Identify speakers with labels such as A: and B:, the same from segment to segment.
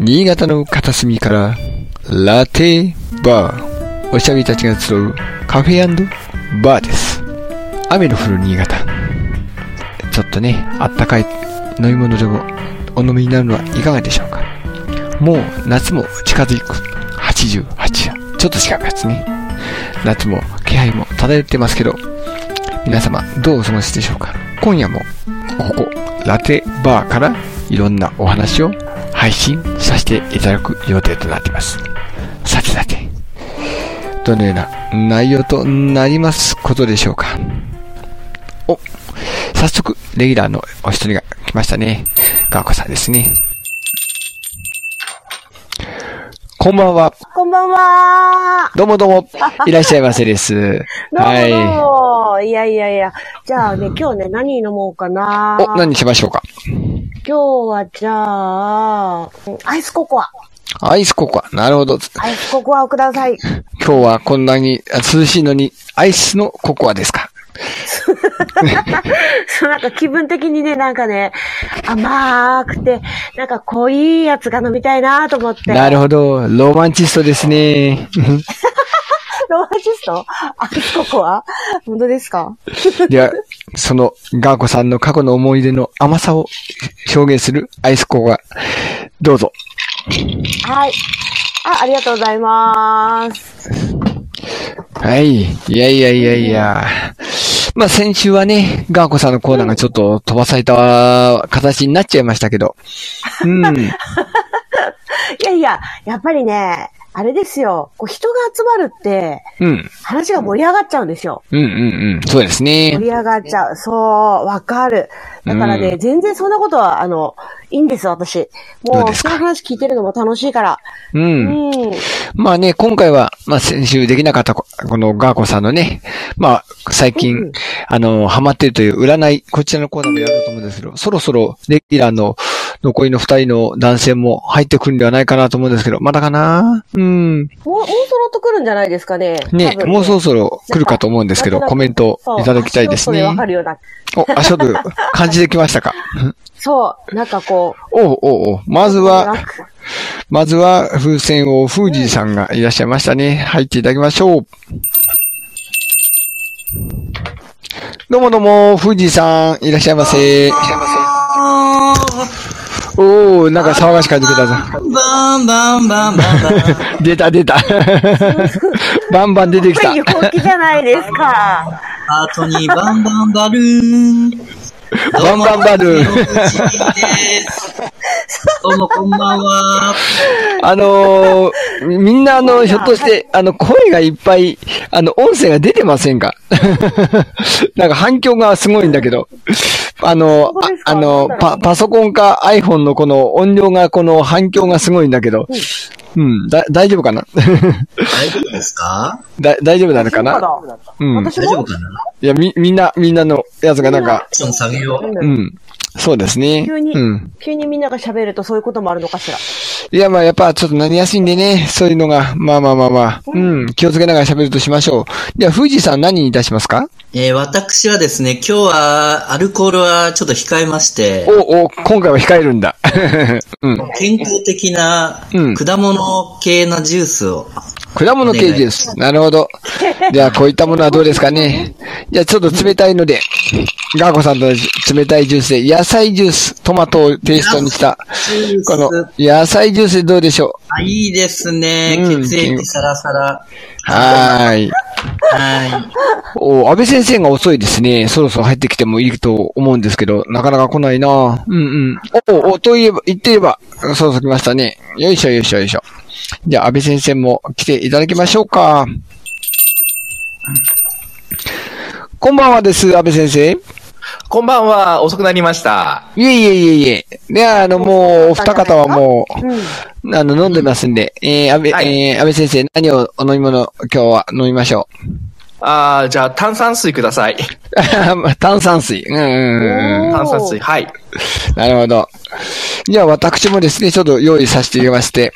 A: 新潟の片隅からラテバーおしゃべりたちが集うカフェバーです雨の降る新潟ちょっとねあったかい飲み物でもお飲みになるのはいかがでしょうかもう夏も近づく88やちょっと違うやつね夏も気配も漂ってますけど皆様どうお過ごしでしょうか今夜もここラテバーからいろんなお話を配信させていただく予定となっていますさてさてどのような内容となりますことでしょうかお早速レギュラーのお一人が来ましたねガーコさんですねこんばんは
B: こんばんは。
A: どうもどうもいらっしゃいませです
B: どうも
A: はい
B: どうもい。やいやいや。じゃあね、今日ね、何飲もうかな。
A: お何にしましょうか
B: 今日はじゃあ、うんアイスココア。
A: アイスココアなるほど
B: アイスココアをくだ さい。
A: 今日はこんなにあ涼しいのに、アイスのココアですか
B: そうなんか気分的にね、なんかね、甘くて、なんか濃いやつが飲みたいなと思って。
A: なるほど。ロマンチストですね。
B: ロマンチストアイスココア本当ですか
A: では、その、ガーコさんの過去の思い出の甘さを表現するアイスココア。どうぞ。
B: はい。あ、ありがとうございます。
A: はい。いやいやいやいや。まあ、先週はね、ガーコさんのコーナーがちょっと飛ばされた形になっちゃいましたけど。うん。
B: いやいや、やっぱりね、あれですよ。こう人が集まるって、
A: うん。
B: 話が盛り上がっちゃうんですよ。
A: うんうんうん。そうですね
B: 盛。り上がっちゃう。そう、わかる。だからね、
A: う
B: 全然そんなことは、あの、いいんです、私。
A: どう
B: も
A: で
B: う、
A: す
B: そ
A: か
B: の話聞いてるのも楽しいから。
A: う。
B: うんん。
A: まあね、今回は、まあ先週できなかったこ、このガーコさんのね、まあ最近、
B: うん
A: あの、ハマってるという占い、こちらのコーナーもやろうと思うんですけど、そろそろレギュラーの残りの二人の男性も入ってくるんではないかなと思うんですけど、まだかなうん。
B: もう、もうそろっと来るんじゃないですかね。
A: ね
B: 多、分
A: もうそろそろ来るかと思うんですけど、
B: なんとなく
A: コメント
B: そう
A: いただきたいですね
B: 足。音わかるような。
A: お、あ、ちょっと感じてきましたか
B: そう、なんかこう。
A: おうおうおうまずは
B: なん、か
A: まずは風船をフージーさんがいらっしゃいましたね。入っていただきましょう。どうもどうも、フージーさん、いらっしゃいませ。
C: あ
A: おー、なんか騒がしく感じてたぞ。
C: ーバンバンバンバンバン。
A: 出た出た。バンバン出てきた
B: い。い陽気じゃないですか。
C: ハートにバンバンバルーン。
A: バンバンバルーン
C: どうもこんばんはどうもこんばんは。
A: あのー、みんなあの、ひょっとして、あの、声がいっぱい、あの、音声が出てませんか なんか反響がすごいんだけど。あの
B: 本当です、か
A: ああの、パ、パソコンか iPhone のこの音量が、この反響がすごいんだけど。うん、だ、大丈夫かな
C: 大丈夫ですか
A: だ、大丈夫なの か
B: ま
A: な
B: だ
A: うん。
B: 私
C: 大丈夫
B: も
C: かな
A: いや、み、みんな、みんなのやつがなんか、
C: ちょっと下げよう。
A: うん。そうですね。
B: 急に
A: うん。、
B: 急にみんなが喋るとそういうこともあるのかしら。
A: いや、まあ、やっぱ、ちょっとなりやすいんでね。そういうのが、まあまあまあまあ。うん。気をつけながら喋るとしましょう。では、富士さん何にいたしますか
C: えー私はですね、今日はアルコールはちょっと控えまして、
A: お、お、今回は控えるんだ。 うん。
C: 健康的な
A: うん
C: 果物系のジュースを。
A: 果物系ジュース。なるほど。じゃあ、こういったものはどうですかね。じゃあ、ちょっと冷たいので、ガーコさんと冷たいジュースで、野菜ジュース、トマトをペーストにした、
C: ジュー
A: この
C: ス。、
A: 野菜ジュースでどうでしょう
C: あ、いいですね。
A: うん
C: 血液サラサラ。
A: はーい。
C: はい。
A: お、安倍先生が遅いですね。そろそろ入ってきてもいいと思うんですけど、なかなか来ないなうんうん。お、お、といえば、言っていれば、そうそう来ましたね。よいしょよいしょよいしょ。じゃあ、安倍先生も来ていただきましょうか。こんばんはです、安倍先生。
D: こんばんは、遅くなりました。
A: いえいえいえいえ。では、あの、もう、お二方はも
B: うん。
A: う、あの、飲んでますんで、えー、安倍、
D: はい
A: えー、安倍先生、何をお飲み物、今日は飲みましょう。
D: あー、じゃあ炭酸水ください。
A: 炭酸水。うん うんうんうん。
D: 炭酸水、はい。
A: なるほど。じゃあ私もですね、ちょっと用意させていただきまして。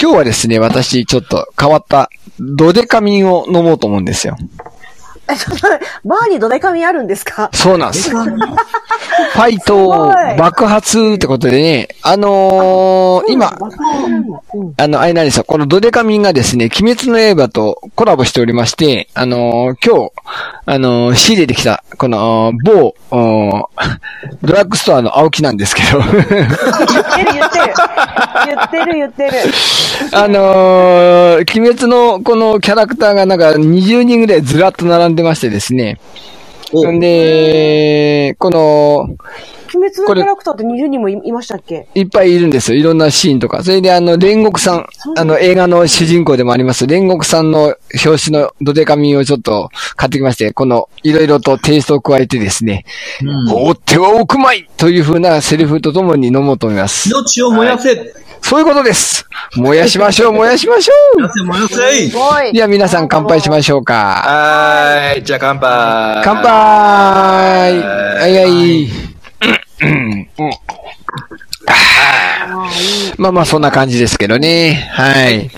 A: 今日はですね、私、ちょっと変わったドデカミンを飲もうと思うんですよ。
B: え、 ちょっと、バーにドデカミあるんですか
A: そうなんです。ファイト
B: すご、い
A: 爆発ってことでね、あのー、今、
B: うん
A: あの、あれなんですよ。このドデカミンがですね、鬼滅の刃とコラボしておりまして、あのー今日、あのー仕入れてきた、この、某、おードラッグストアの青木なんですけど、
B: 言ってる言ってる。言ってる言ってる。
A: あのー鬼滅のこのキャラクターがなんか20人ぐらいずらっと並んでましてですね、
C: お
A: んで、この、
B: 鬼滅
A: こ
B: のキ
A: れ
B: ャラクターって20人もいいましたっけ
A: いっぱいいるんですよ。いろんなシーンとか。それであの、煉獄さん、あの、映画の主人公でもあります、煉獄さんの表紙のドデカミンをちょっと買ってきまして、この、いろいろとテイストを加えてですね、放ってはおくまいという風なセリフとともに飲もうと思います。
C: 命を燃やせ、燃
A: そういうことです燃やしましょう、燃やしましょ。
C: やせ、燃やせ
B: すごいう
A: では皆さん乾杯しましょうか。
D: はーい。じゃあ乾杯。
A: 乾杯はいはい。うんうんあーまあまあそんな感じですけどね。はい。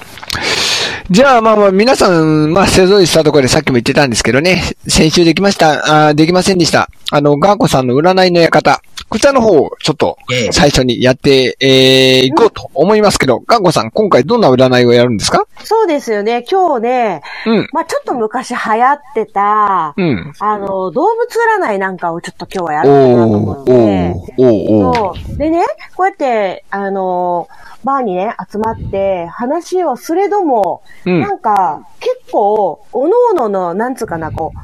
A: じゃあまあまあ皆さん、まあ勢ぞいしたところでさっきも言ってたんですけどね、先週できました、あーできませんでした。あの、ガーコさんの占いの館、こちらの方をちょっと
C: ええ
A: 最初にやってえーいこうと思いますけど、ガーコさん今回どんな占いをやるんですか
B: そうですよね。今日ね、
A: うん。
B: まあちょっと昔流行ってた、
A: うん。
B: あの、動物占いなんかをちょっと今日はや
A: お
B: ろうかなと
A: ー
B: 思
A: お
B: っ、て
A: ー、おー、おー。
B: そう。でね、こうやって、あの、バーにね、集まって話をすれども、
A: うん
B: なんか、結構、おののの、なんつうかな、こう、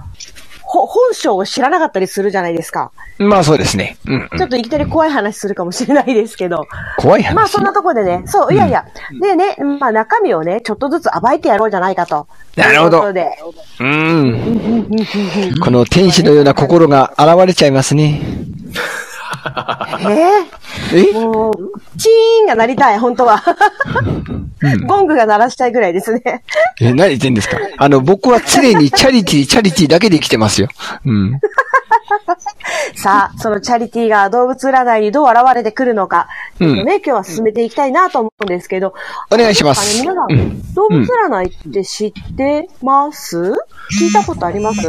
B: ほ本性を知らなかったりするじゃないですか。
A: まあそうですね。うんうん。
B: ちょっといきなり怖い話するかもしれないですけど。
A: 怖い話。
B: まあそんなとこでね、そう、いやいや。でね、まあ中身をね、ちょっとずつ暴いてやろうじゃないかと。
A: なるほど
B: というこ
A: うん。この天使のような心が現れちゃいますね。
B: とで。え
A: え
B: ー、もう、チーンが鳴りたい、本当は。ゴングが鳴らしたいぐらいですね。
A: え、何言ってん ですかあの、僕は常にチャリティー、チャリティーだけで生きてますよ。うん。
B: さあ、そのチャリティーが動物占いにどう現れてくるのか、ちょっとね、今日は進めていきたいなと思うんですけど。
A: お願いします
B: あの皆さん、動物占いって知ってます、聞いたことあります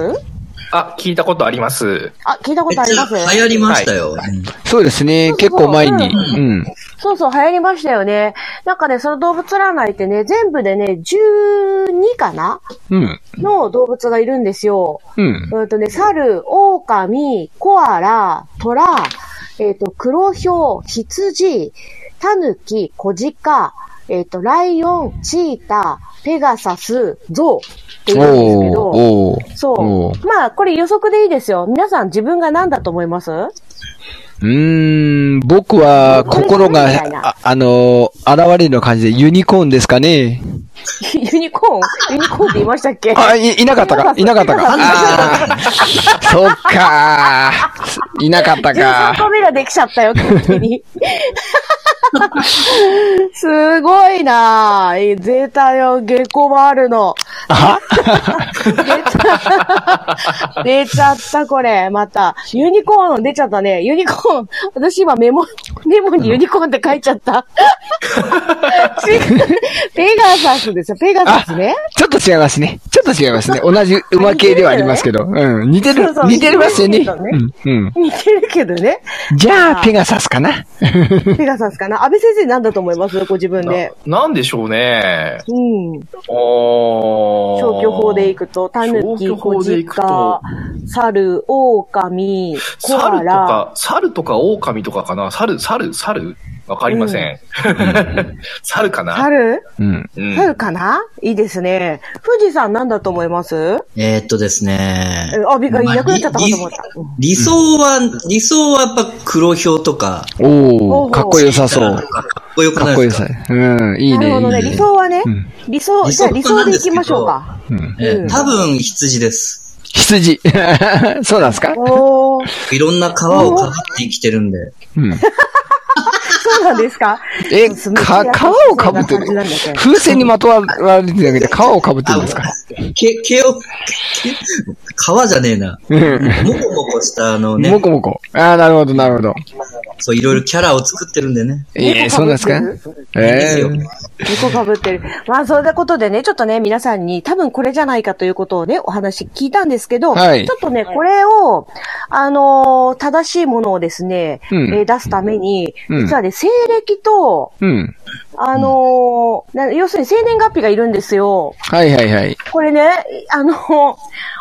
D: あ、聞いたことあります。
B: あ、聞いたこ
C: めっ
B: とあり
C: ち
B: ま
C: ゃ
B: す
C: 流行りましたよ。うん
A: そうですね。結構前に。うん。
B: そうそう、流行りましたよね。なんかね、その動物占いってね、全部でね、12かな
A: うん。
B: の動物がいるんですよ。
A: うん。
B: うんとね、猿、狼、コアラ、トラ、えっ、と、黒ヒョウ、羊、タヌキ、小鹿、えっ、と、ライオン、チーター、ペガサス、ゾウっていうんですけど、
A: おー、おー。
B: そ
A: おー
B: う。まあ、これ予測でいいですよ。皆さん自分が何だと思います
A: うーん、僕は心が、ああのー現れるの感じでユニコーンですかね。
B: ユニコーンユニコーンって言いましたっ け
A: あ、い、いなかったか、いなかったか。あ ーそっかー。いなかったか
B: 13。個目ができちゃったよ、勝 手に。すごいなぁ。えゼータよ、下校もあるの。
A: あ
B: 出ちゃ出ちゃった、これ。また。ユニコーン出ちゃったね。ユニコーン。私今メモ、メモにユニコーンって書いち ゃった。違うペガサスですよ。ペガサスね。
A: ちょっと違いますね。ちょっと違いますね。同じ馬系ではありますけど。うん。似てる
B: そうそ、う
A: 似てるますよね。
B: 似てるけどね
A: うん。うん。
B: 似てるけどね。
A: じゃあ、ペガサスかな。
B: ペガサスかな。安倍先生なんだと思いますご自分
D: な
B: で。
D: なんでしょうね。
B: うん。
D: おー
B: 消去法でいくと、タヌキ、
D: 消去
B: コ
D: 法で
B: ジ
D: いく
B: カ
D: と、
B: 猿、オオカミ、コ
D: 猿
B: ア
D: と
B: ラ。
D: か、猿とか狼とかかな猿、猿、猿わかりません。 猿かな
B: 猿
A: うん。
D: うん
B: 猿かないいですね。富士山なんだと思います
C: えーっとですね。
B: えあ、びっくり、いなくなっちゃったかと思った。
C: 理想は、理想はやっぱ黒ひょうとか、
A: お
B: お
A: ー、
B: ー
A: かっこよさそう。
C: かっこよく
A: か
C: な
A: っ
C: い
A: こ
C: で
A: よ
C: すか
A: さ。うん、いい
B: な
A: ね。
B: るほど
A: い
B: ね。
A: い
B: 理想はね
A: うん、
B: 理想、じゃあ理
C: 理想
B: 想
C: なん
B: で
C: で
B: い
C: すけ
B: き
C: ど
B: ましょうか。
A: うん
C: え
B: うん
C: ー多分羊です。
A: 羊。 そうなんですか
B: おー、
C: いろんな皮をかぶって生きてるんで。
A: うん。
B: そうなんですか
A: え、
B: そうすごい
A: か、皮をかぶってる
B: そんな感じなんだね
A: 風船にまとわられてるだけで皮をかぶってるんですか
C: 毛、毛を、毛皮じゃねえな。
A: うん。
C: もこもこしたあのね
A: も、こもこ。ああ、なるほど、なるほど。
C: そう、いろいろキャラを作ってるんでね。
A: ええそうなんですか
C: です
A: ええ
C: よ
B: 猫かぶってる。まあ、そういうことでね、ちょっとね、皆さんに多分これじゃないかということをね、お話聞いたんですけど、
A: はい
B: ちょっとね、これを、あのー正しいものをですね、
A: うん
B: えー出すために、
A: うん
B: 実はね、西暦と、
A: うん。
B: あのーな要するに生年月日がいるんですよ。
A: はいはいはい。
B: これね、あのー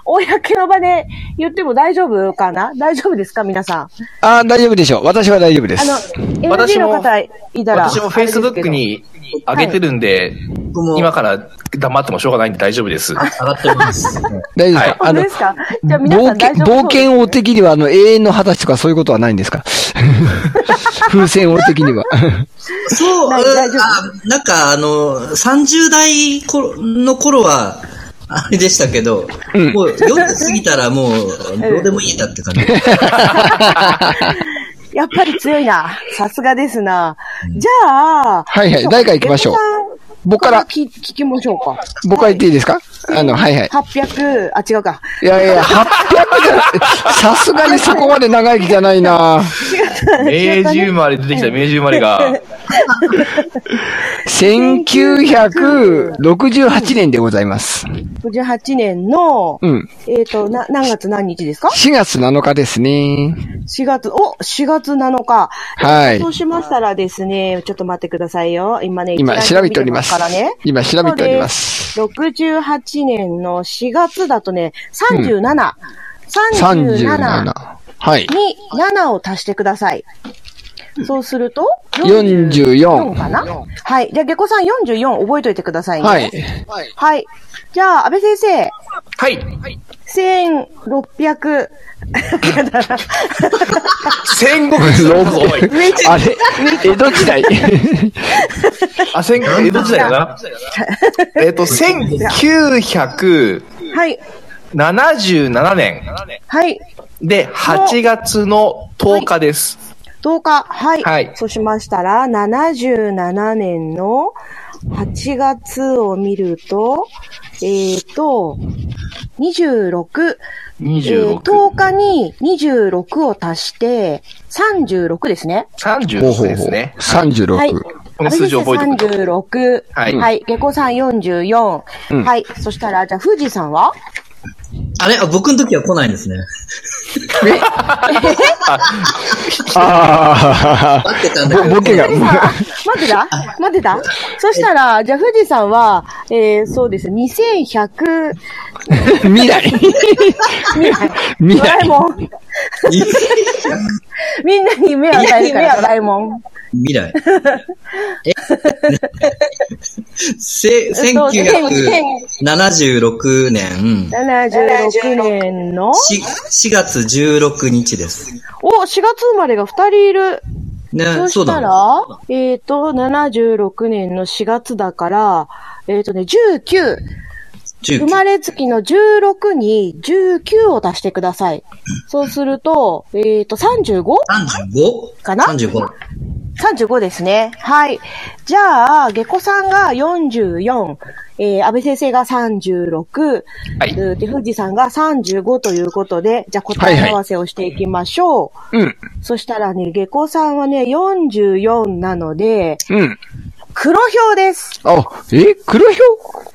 B: 公の場で言っても大丈夫かな大丈夫ですか皆さん。
A: あー大丈夫でしょう。私は大丈夫で
B: あ
A: す。
B: の、
D: 私
B: NG の
D: も
B: 方いたら。
D: 私も Facebook に上げてるんで、
C: 僕も
D: 今から黙ってもしょうがないんで大丈夫です。
C: 上がってま
A: 大
C: す。
A: 丈夫ですか、
B: あ
A: あ
B: れ
A: の
B: ですけど。本当ですかじゃあ皆
A: 冒
B: さん大
A: 険、
B: 丈夫そう
A: 冒険王的には、あの、永遠の果たしとかそういうことはないんですか 風船王的 には。
C: そう、
B: な大丈夫
C: あなんかあの、30代頃の頃は、あれでしたけど、
A: うん
C: もう40過ぎたらもう、どうでもいいだって感じ。
B: やっぱり強いな。さすがですな。じゃあ。
A: はいはい誰から行きましょう僕から、
B: 聞聞きましょうか。
A: 僕から言っていいですかあの、はいはい。
B: 800、あ、違うか。
A: いやいや、800じゃない、さすがにそこまで長生きじゃないな
D: 明治生まれ出てきた明治生まれが、
A: 1968年でございます。
B: 68年の、
A: うん。
B: えっ、と、な、何月何日ですか
A: 4月7日ですね。
B: ?4 月、お !4 月7日。
A: はい
B: そうしましたらですね、ちょっと待ってくださいよ。今ね、
A: 今、
B: 一
A: 調
B: 覧
A: べております
B: 見ますからね。。
A: 今、調べております。
B: 68年の4月だとね、37。37
A: 37。はい。
B: に7を足してください。そうすると、
A: 44
B: かなはい。じゃあ、下戸さん44覚えておいてくださいね。
A: はい。。
B: はい。じゃあ、安倍先
D: はい。
B: 生、1600、
D: 戦国時代だぞ、おい。
A: あれ江戸時代。
D: あ、戦江戸時代だな。えっと、1977
B: はい。
D: 年
B: はい。
D: で8月の10日です。
B: 10日。はい。
D: はい
B: そうしましたら、77年の8月を見ると、えっ、ー、と、26。えー
D: 26。
B: 10日に26を足して、36ですね。
D: 36ですね。
A: 36。
B: はい。
D: この数字覚えておく
B: 36。
D: はい
B: はい。下校さん44。
A: うん
B: はい。そしたら、じゃあ、富士さん は
C: あれあ僕の時は来ないんですね。
A: あ
C: 待ってたんだけ
A: あ、
C: ど。
A: ボケが。
B: 富士さん、あ待ってた待って たそしたら、じゃあ、富士さんは、えー、そうです。2100、
A: 未来。未
B: ドラえ
A: 来。
B: もん。みんなに目を与えるから、ドラえもん。
C: 未 来。えせ1976年
B: 76年の、
C: し4月16日です。
B: お、4月生まれが2人いる。
C: ね
B: そ、
C: そ
B: し
C: うだ
B: た
C: ろ
B: ら、えっ、と、76年の4月だから、えっ、とね、19。
C: う。19
B: 生まれ月の16に19を足してください。そうすると、えっ、と、35?
C: 35?
B: かな
C: ?35。
B: 35ですね。はい。じゃあ、下戸さんが44、えー、安倍先生が36、
D: はい
B: うんで、富士さんが35ということで、じゃあ答え合わせをしていきましょう。
A: うん。
B: そしたらね、下戸さんはね、44なので、
A: うん。
B: 黒表です。
A: あ、え黒ひ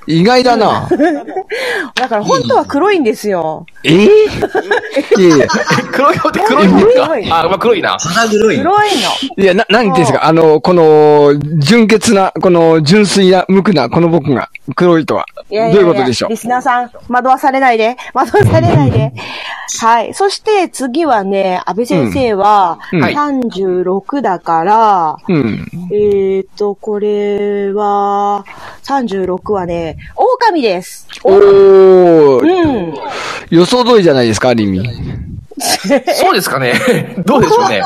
A: 意外だな。
B: だから本当は黒いんですよ。
A: えー、いやいや。
D: 黒い方って黒いんですかあ、まあ黒いな。
C: 腹黒い。
B: 黒い
A: いや、な、何言ってんですかあの、この、純潔な、この、純粋な、無垢な、この僕が、黒いとは。どう
B: の。
A: いうことでしょう
B: リスナーさん、惑わされないで。 惑わされないで。はい。そして次はね、安倍先生は、
A: うん
D: はい
B: 36だから、
A: うん。
B: えーっと、これは、36はね、狼です。
A: お
B: う
A: ー、
B: ん。
A: 予想通りじゃないですか、ある意味。
D: そうですかね。 どうでし ょうね。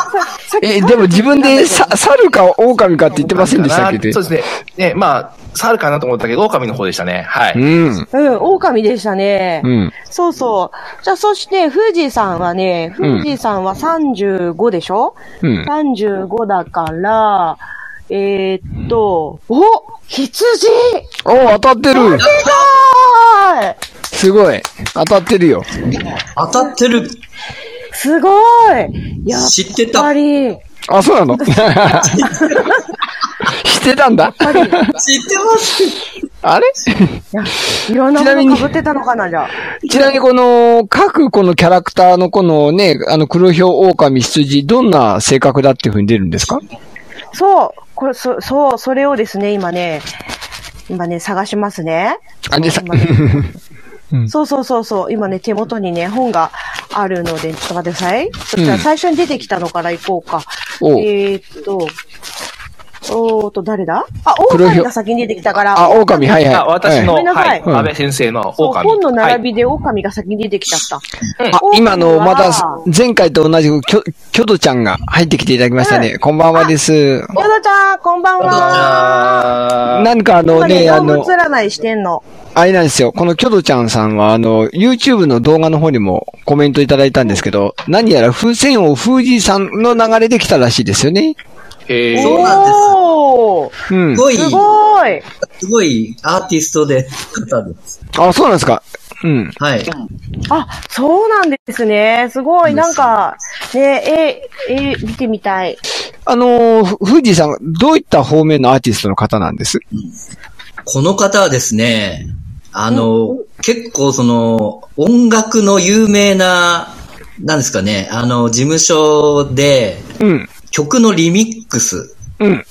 A: え、でも自分で、さ、猿か狼かって言ってませんでしたっけ
D: そうですね。ね、まあ、猿かなと思ったけど、狼の方でしたね。は
A: う
D: い。
A: ん。
B: うん、狼でしたね。
A: うん。
B: そうそう。じゃあ、そして、富士さんはね、
A: うん
B: 富士さんは35でしょ、
A: うん。
B: ?35 だから、えーっと、お羊
A: おー、当たってる
B: すごい
A: すごい。当たってるよ。
C: 当たってる。
B: すごいやっ
C: 知ってた
B: ぱり、
A: あ、そうなの してたんだ。
C: 知ってます
A: あれ
B: いやいろんな
A: ちなみ
B: も
A: に
B: の被ってたのかな、じゃあ。
A: ちなみにこの、各このキャラクターのこのね、あの、黒ひょう、狼、羊、どんな性格だっていうふうに出るんですか
B: そう、これ、そ、そう、それをですね、今ね、今ね、探しますね。
A: あ、でさ、
B: 今ね
A: うん
B: そうそうそうそう、今ね、手元にね、本があるので、ちょっと待ってください。
A: うん
B: じゃあ最初に出てきたのから行こうか。
A: おう
B: えーっと、おーっと、誰だあ、
A: 黒ひょ
B: 狼が先に出てきたから。
A: あ、狼、はいはい。
D: あ私
A: は
D: の、
B: ごめんなさ
D: はいい、安倍先生の
B: そう
D: 狼。
B: 本の
D: はい
B: 並びで狼が先に出てきちゃった。
A: いあ、今の、
B: 狼は
A: また、前回と同じく、きょ、きょどちゃんが入ってきていただきましたね。こんばんはです。
B: ヨドちゃん、こんばんは。
D: あ
A: なんかあ
B: 今
A: の
B: ね、
A: ね、あ
B: 動物
A: の、
B: 占いしてんの。
A: あれなんですよ。このキョドちゃんさんは、あの、YouTube の動画の方にもコメントいただいたんですけど、何やら風船王風神さんの流れで来たらしいですよね。
D: ーへえ。
C: そうなんです
B: お
A: う
B: ー
A: ん
C: す。ごい、
B: すごい。
C: すごいアーティストで、方です。
A: あ、そうなんですか。うん。
C: はい。
B: あ、そうなんですね。すごい、なんか、ね、え、え、見てみたい。
A: あのー、ふ風神さん、どういった方面のアーティストの方なんです
C: この方はですね、あの、結構その、音楽の有名な、なんですかね、あの、事務所で、
A: うん。
C: 曲のリミックス
A: うん。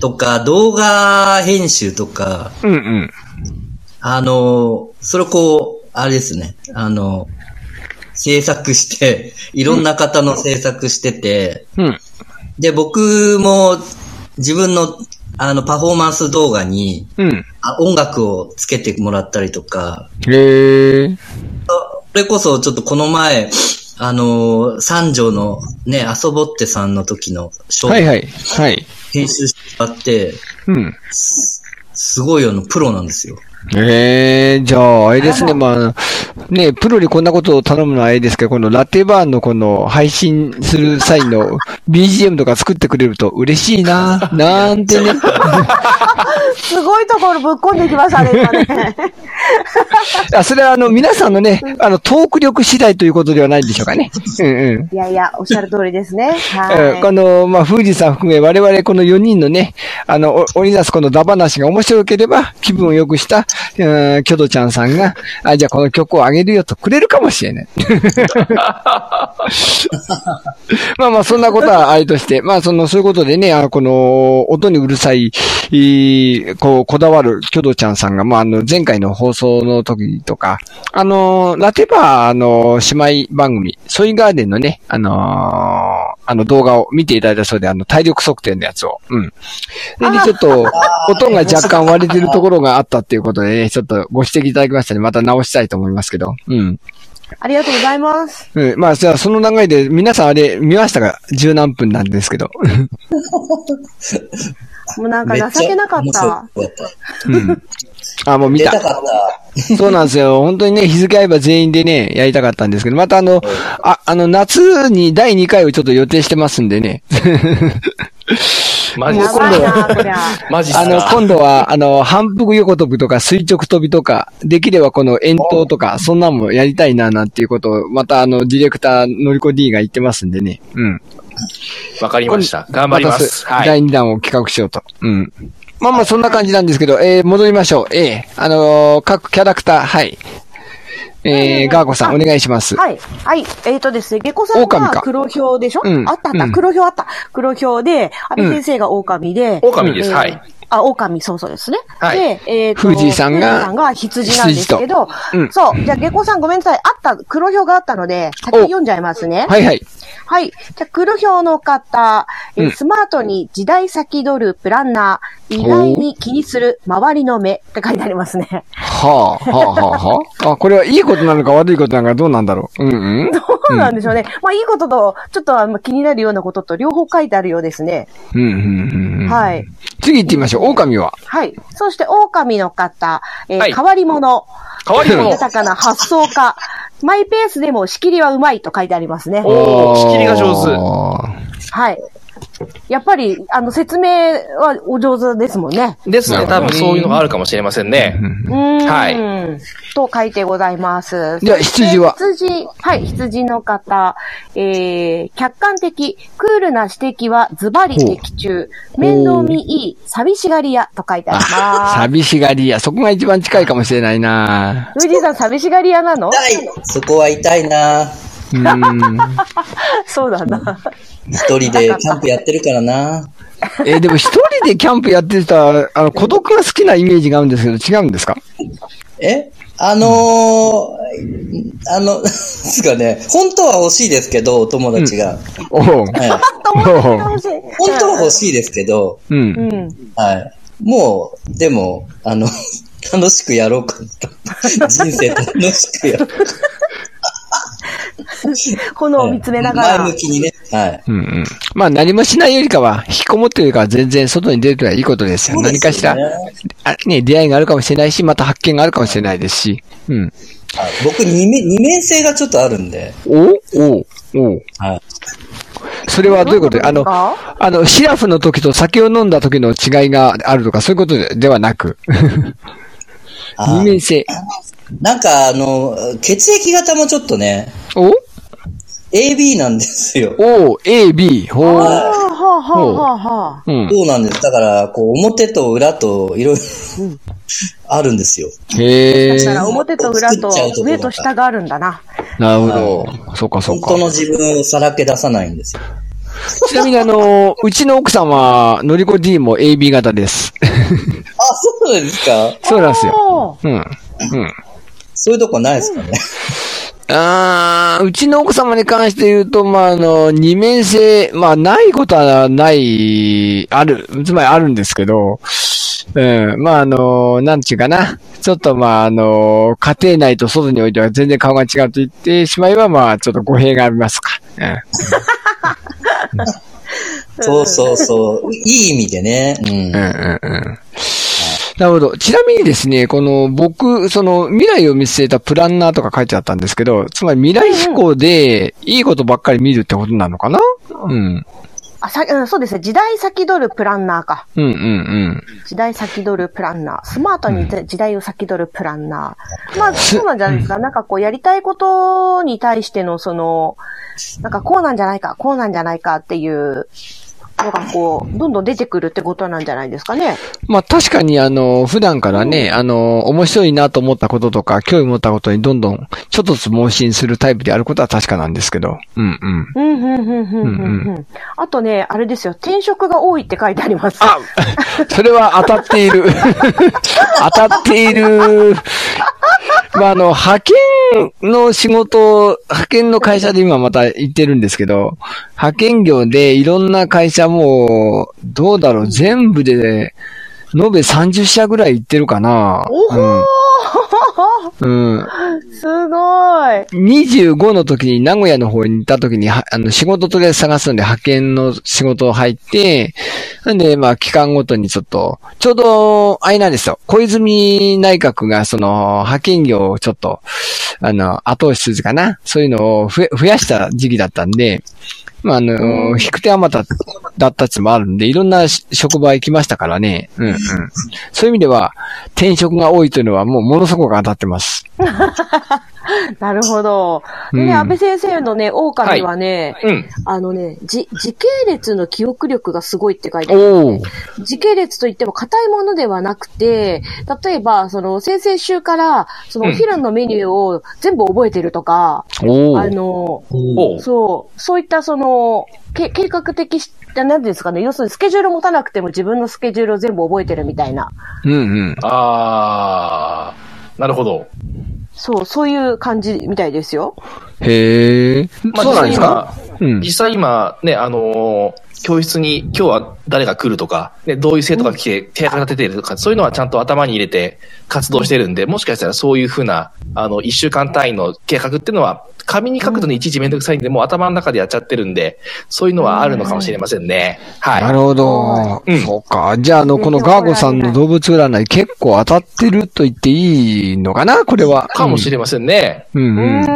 C: とか、動画編集とか、
A: うんうん。
C: あの、それをこう、あれですね、あの、制作して、いろんな方の制作してて、
A: うん。
C: で、僕も自分の、あの、パフォーマンス動画に、
A: うん。
C: あ音楽をつけてもらったりとか、
A: へえ。
C: それこそちょっとこの前、あのー三条のね、遊ぼってさんの時のショ
A: はい
C: ー
A: はい。はい。
C: 編集してもらって、
A: うん。
C: すごいあの、プロなんですよ。
A: ええじゃあ、あれですね、まあ、ね、プロにこんなことを頼むのはあれですけど、このラテバーンのこの配信する際の BGM とか作ってくれると嬉しいな、なんてね。
B: すごいところぶっこんできましたね、今ね。
A: あ、それはあの、皆さんのね、あの、トーク力次第ということではないんでしょうかね。うんうん。
B: いやいや、おっしゃる通りですね。
A: うんこ
B: は
A: の、まあ、富士さん含め、我々この4人のね、あの、お織り出すこのダバなしが面白ければ、気分を良くした、うん、キョドちゃんさんが、あ、じゃあこの曲をあげるよとくれるかもしれない。 まあまあ、そんなことはあれとして、まあ、その、そういうことでね、あのこの、音にうるさい、えーこう、こだわる、キョドちゃんさんが、まあ、あの、前回の放送の時とか、あの、ラテバーの姉妹番組、ソイガーデンのね、あのーあの動画を見ていただいたそうで、あの、体力測定のやつを。うん。で、でちょっと、音が若干割れてるところがあったっていうことでね、ちょっとご指摘いただきましたね。また直したいと思いますけど。うん。
B: い。ありがとうございます。
A: うん、まあ、じゃあ、その流れで、皆さんあれ、見ましたか十何分なんですけど。
B: もうなんか
C: めっちゃ
B: 情けなかっ
C: 面白
B: た。
C: かった。
A: うん。あ、もう見
C: 出
A: た
C: た。かった。
A: そうなんですよ。本当にね、日付合えば全員でね、やりたかったんですけど、またあの、あ、あの、夏に第2回をちょっと予定してますんでね。
D: マジっ
B: や
D: す
A: 今
B: ば
A: 度
B: い
A: は
B: な、こりゃ。
D: マジっす
A: あの、
D: か
A: 今度は、あの、反復横跳びとか垂直跳びとか、できればこの遠投とか、そんなんもやりたいな、なんていうことを、またあの、ディレクター、のりこ D が言ってますんでね。うん。
D: わかりました。頑張ります。
A: た
D: はい。
A: 第2弾を企画しようと。うん。まあまあ、そんな感じなんですけど、えー、戻りましょう。えー、あのー各キャラクター、はい。えー、ガーコさん、お願いします。
B: はい。はい。えっ、とですね、ゲコさん
A: 狼か
B: が黒票でしょ、
A: うん
B: あったあった。
A: うん
B: 黒票あった。黒票で、安倍先生が狼で。
D: 狼です
B: えー
D: はい
B: あ、狼、そうそうですね。
D: はい
B: で、えっ、と、
A: 藤井さんが
B: 藤井さんが羊なんですけど、
A: とうん
B: そう。じゃあ、ゲコさんごめんなさい。あった、黒票があったので、先
A: お
B: 読んじゃいますね。
A: はいはい。
B: はい。じゃあ、黒票の方、えー
A: うん
B: スマートに時代先取るプランナー、意外に気にする周りの目って書いてありますね。
A: はあ、はあ、はあ、は あ。あ、これはいいことなのか悪いことなのかどうなんだろう。うんうん。
B: そうなんでしょうね。まあ、いいことと、ちょっとあの気になるようなことと両方書いてあるようですね。
A: うんうんうんうん。。
B: はいい。
A: 次行ってみましょう。狼は。
B: はい。そして、狼の方、えー
D: はい
B: 変わり者、
D: 変わり者。
B: 豊かな発想家、マイペースでも仕切りはうまいと書いてありますね。
D: おー仕切りが上手
A: 手。
B: はい。やっぱり、あの、説明はお上手ですもんね。
D: ですね。
A: なるほど
D: 多
A: ね
D: 分そういうのがあるかもしれませんね。
B: うーん。。
D: はい
B: と書いてございます。
A: では羊は
B: そして羊、はい、羊の方。えー、客観的、クールな指摘はズバリ的中。面倒見いい、寂しがり屋と書いてありま
A: 寂しがり屋。そこが一番近いかもしれないな
B: す。藤井さん寂しがり屋なの
C: 痛いそこは痛いな
A: う ーん。
B: そうだな。
C: 一人でキャンプやってるからな
A: えーでも一人でキャンプやってた、あの、孤独が好きなイメージがあるんですけど、違うんですか
C: えあのー、あの、 ですかね、本当は欲しいですけど、お友達が。
A: おおう。
C: はい、
A: おう。
C: 本当は欲
B: し
C: しいですけど、
A: うん
B: う。ん。
C: はい。もう、でも、あの、 楽しくやろうか な。人生楽しくやろうか
B: 炎を見つめながら。
C: 前向きにね。はい。
A: うんうん。まあ何もしないよりかは、引きこもってるよりかは全然外に出るとはいいことですよ。
C: そう
A: 何
C: ですよ
A: かしら、
C: ね
A: あね、出会いがあるかもしれないし、また発見があるかもしれないですし。うん。
C: はい僕二面、二面性がちょっとあるんで。
A: おおお
C: はい。
A: それはどういうことであ
B: どういう
A: の、
B: ことですか
A: あの、シラフの時と酒を飲んだ時の違いがあるとか、そういうことでではなく、
C: あ
A: 二面性。
C: なんか、あの、血液型もちょっとね、
A: お
C: AB なんですよ。
A: お A, B, ほう。
B: はあ、はあ、はあ、はあ、はあ。
A: うん。
C: そうなんです。だから、こう、表と裏といろいろあるんですよ。
A: へえ
B: だ。から表と裏と上と下があるんだな。
A: なるほど。そうかそう
C: 本
A: か
C: 当。の自分をさらけ出さないんですよ。
A: ちなみにあの、うちの奥さんは、のりこ D も AB 型です。
C: あ、そうなんですか
A: そうなんですよ。
B: よ。
A: うん。うん。
C: そういうとこないですかね。
A: あーうちの奥様に関して言うと、まあ、あの、二面性、まあ、ないことはない、ある、つまりあるんですけど、うん、まあ、あの、なんちゅうかな。ちょっと、まあ、あの、家庭内と外においては全然顔が違うと言ってしまえば、まあ、ちょっと語弊がありますか。うん。
C: そうそうそう。いい意味でね。うん。
A: うんうんうんなるほど。ちなみにですね、この僕、その未来を見据えたプランナーとか書いてあったんですけど、つまり未来志向でいいことばっかり見るってことなのかなうん。
B: あさうん、そうですね。時代先取るプランナーか。
A: うんうんうん。
B: 時代先取るプランナー。スマートに時代を先取るプランナー。まあ、そうなんじゃないですか。なんかこう、やりたいことに対しての、その、なんかこうなんじゃないか、こうなんじゃないかっていう、のがこう、どんどん出てくるってことなんじゃないですかね。
A: まあ確かにあの、普段からね、あの、面白いなと思ったこととか、興味持ったことにどんどんちょっとずつ盲信するタイプであることは確かなんですけど。うんうん。
B: うん、うん、うん、うん、うん。うんあとね、あれですよ。転職が多いって書いてあります。
A: あそれは当たってい る。当たっている。まあ、あの、派遣の仕事、派遣の会社で今また行ってるんですけど、派遣業でいろんな会社もう、どうだろう、全部で、延べ30社ぐらい行ってるかな。
B: おほー、
A: うん。うん。
B: すごい。
A: 25の時に名古屋の方に行った時に、はあの、仕事とりあえず探すんで、派遣の仕事を入って、なんで、まあ、期間ごとにちょっと、ちょうど、あれなんですよ。小泉内閣が、その、派遣業をちょっと、あの、後押しするかな。そういうのを増え増やした時期だったんで、まあ、あの、引く手あまただったっつもあるんで、いろんなし職場行きましたからね。うんうん。そういう意味では、転職が多いというのはもうものすごく当たってます。
B: なるほど。でね、
A: うん
B: 安倍先生のね、狼はね、
D: うん。
B: あのね、じ、時系列の記憶力がすごいって書いてある。
A: おー。
B: 時系列といっても硬いものではなくて、例えば、その、先々週から、その、
D: う
B: お
D: ん
B: 昼のメニューを全部覚えてるとか、
A: おー。
B: あの、
D: おう
B: そう、そういったその、け計画的し、何ですかね、要するにスケジュール持たなくても自分のスケジュールを全部覚えてるみたいな、
A: うんうん。
D: あー、なるほど。
B: そう、そういう感じみたいですよ。
A: へえ。
D: まあ
A: そうなんですか
D: 実際今
A: うん
D: 実。際今、ね、あのー教室に今日は誰が来るとか、ね、どういう生徒が来て、手が出てるとか、そういうのはちゃんと頭に入れて活動してるんで、もしかしたらそういうふうな、あの、一週間単位の計画っていうのは紙に書くとね、いちいちめんどくさいんで、もう頭の中でやっちゃってるんで、そういうのはあるのかもしれませんね。はい。
A: なるほど。
D: うん
A: そうか。じゃあ、あの、このガーゴさんの動物占い結構当たってると言っていいのかなこれは。
D: かもしれませんね。
A: うん。うんう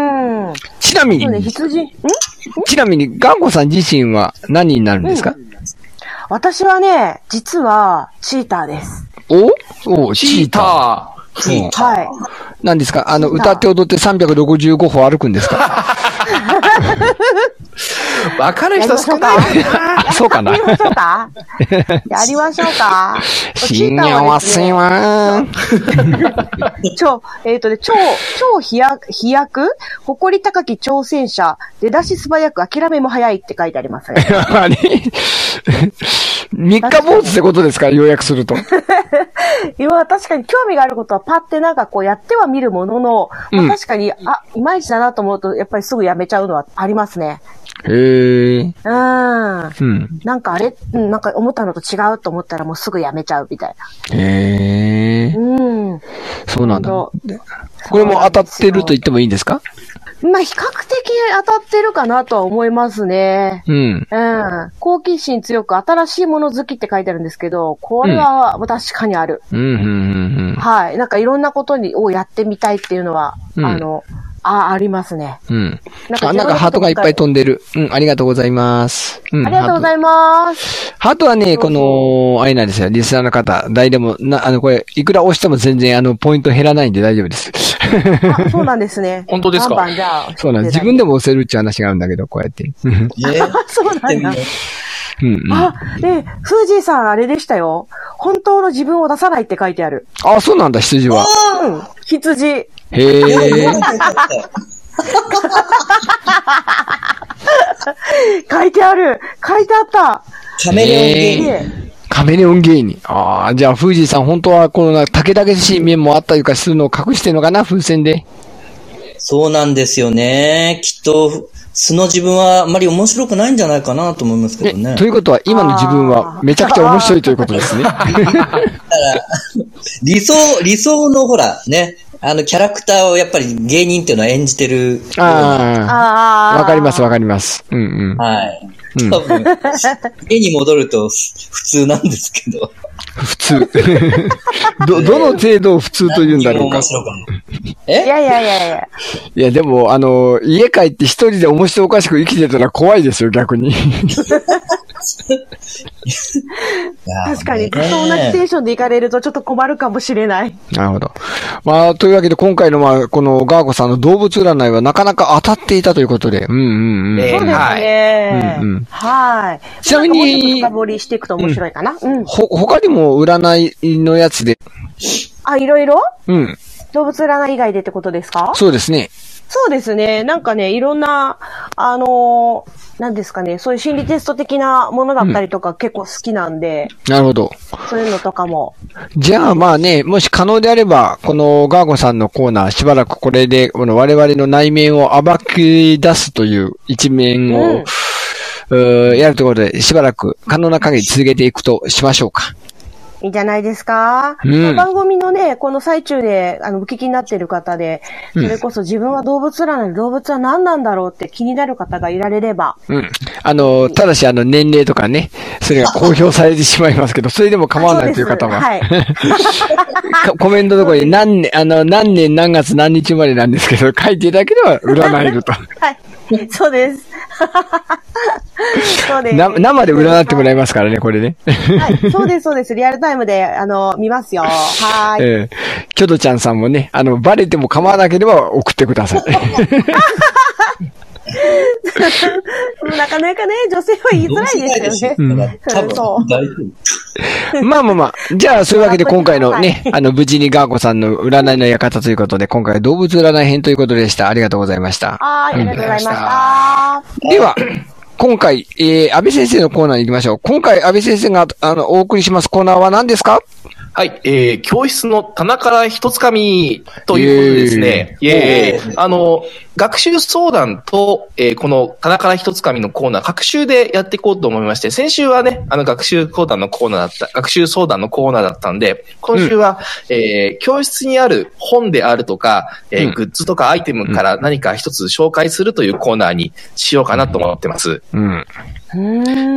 A: ん
B: うん。
A: ちなみ
B: そうね、
A: に、
B: 羊。ん
A: ちなみに、ガーゴさん自身は何になるんですか、
B: 私はね、実は、チーターです。
A: おお
D: チー
A: ー。
D: ター。
A: うん
B: はい。
A: 何ですかあの、
B: チーター
A: 歌って踊って365歩歩くんですか
D: わかる
B: やりま
D: 人
B: しょ
D: 少
B: う
D: な
B: か
D: いね。。
A: あ そうかな
B: やりましょ うかやりましょうか
A: 新はすいま
B: 超、えっ、とね、超、超飛躍、飛躍誇り高き挑戦者、出だし素早く諦めも早いって書いてありま すね。
A: あれ三日坊主ってことですか要約すると。
B: 今は確かに興味があることはパってなんかこうやっては見るものの、まあ
A: うん
B: 確かに、あ、いまいちだなと思うと、やっぱりすぐやめちゃうのはありますね。
A: へえ。
B: うん。な
A: うん。
B: んかあれ、うん、なんか思ったのと違うと思ったらもうすぐやめちゃうみたい
A: へえ
B: な。。うん。
A: そうなんだ。こ
B: ほんと
A: れも当たってると言ってもいいんですか
B: まあ比較的当たってるかなとは思いますね。
A: うん。
B: うん。好奇心強く新しいもの好きって書いてあるんですけど、これは確かにある。
A: うん、うん、うん
B: はい。なんかいろんなことにをやってみたいっていうのは、
A: うん
B: あの、あ、ありますね。
A: うん。うん。
B: なんか
A: あ、なんかハートがいっぱい
B: と、
A: 飛んでる。うん、ありがとうございます。うん、
B: ありがとうございます。
A: ハートはね、この、あれなんですよ。リスナーの方、誰でも、な、あの、これ、いくら押しても全然、あの、ポイント減らないんで大丈夫 です。
B: あ、そうなんです ね
D: 本当ですか
B: バンバンじゃあ。
A: そうなんです。自分でも押せるっちゃ話があるんだけど、こうやって。うん、
C: え
B: あ、 そうなんだ。
A: うんうん。あ、
B: あ、で、フージーさんあれでしたよ。本当の自分を出さないって書いてある。
A: そうなんだ、羊は。
B: うん。羊。
A: へえ。
B: 書いてある。書いてあった。
C: カメレオンゲーム。
A: えカメレオン芸人。ああ、じゃあ、富士さん、本当は、このな、竹々しい面もあったりとかするのを隠してるのかな、風船で。
C: そうなんですよね。きっと、素の自分はあまり面白くないんじゃないかなと思いますけ
A: え
C: どね。
A: ということは、今の自分は、めちゃくちゃ面白いということですね。
C: 理想、理想のほら、ね、あの、キャラクターをやっぱり芸人っていうのは演じてる。
A: ああ。
B: ああ。
A: わかります、わ
B: か
A: かります。うんうん。
C: はい。
A: うん
C: 多分、家に戻るとす普通なんですけど。
A: 普通。 ど、どの程度を普通と言うんだろうか
C: 面。白くない。
B: いやいやいやいや。
A: いや、でも、あの、家帰って一人で面白おかしく生きてたら怖いですよ、逆に。
B: 確かに、ずっ
C: ね
B: と同じテンションで行かれるとちょっと困るかもしれない。
A: なるほど。まあ、というわけで、今回の、まあ、このガーゴさんの動物占いはなかなか当たっていたということで。うんうんうん。
D: えー
B: そうです
A: はいうんうん
B: ね。はい。
A: ちなみに
B: んかもうちょっと深掘りしていくと面白いかな。うん。
A: ほ、他にも占いのやつで、
B: あ、いろいろ
A: うん、
B: 動物占い以外でってことですか
A: そうですね。
B: そうですね。なんかね、いろんな、あのー、なんですかね、そういう心理テスト的なものだったりとか結構好きなんで、
A: なるほど。
B: そういうのとかも。
A: じゃあまあね、もし可能であれば、このガーゴさんのコーナー、しばらくこれで、この我々の内面を暴き出すという一面を、うーやるということで、しばらく可能な限り続けていくとしましょうか。
B: いいんじゃないですか、
A: うん
B: この番組のね、この最中で、あの、お聞きになっている方で、それこそ自分は動物占い、動物は何なんだろうって気になる方がいられれば、
A: うん。あの、ただしあの年齢とかね、それが公表されてしまいますけど、それでも構わないという方は、
B: そうですはい
A: か コメントのところに何年、あの、何年何月何日生まれなんですけど、書いていただければ占えると。
B: はい。そうです。そうです。
A: な生で占ってもらいますからね、これね。
B: はい。そうです、そうです。リアルタイムで、あの、見ますよ。はーい。
A: ええキョドちゃんさんもね、あの、バレても構わなければ送ってください。
B: なかなかね、女性は言いづらいですよね。
C: どうせないで
B: う
C: すよ
B: ん
C: 多分、大丈夫。
A: まあまあまあ。じゃあ、そういうわけで今回のね、あの、無事にガーコさんの占いの館ということで、今回は動物占い編ということでした。ありがとうございました。
B: はーい、ありがとうございました。
A: では、今回、えー、安倍先生のコーナーに行きましょう。今回、安倍先生が、あの、お送りしますコーナーは何ですか
D: はい、えー、教室の棚から一つかみということでですね、イエーイあの、学習相談と、えーこの棚から一つかみのコーナー、各週でやっていこうと思いまして、先週はね、あの、学習相談のコーナーだった、学習相談のコーナーだったんで、今週は、えー教室にある本であるとか、えー
A: うん
D: グッズとかアイテムから何か一つ紹介するというコーナーにしようかなと思ってます。
A: うん。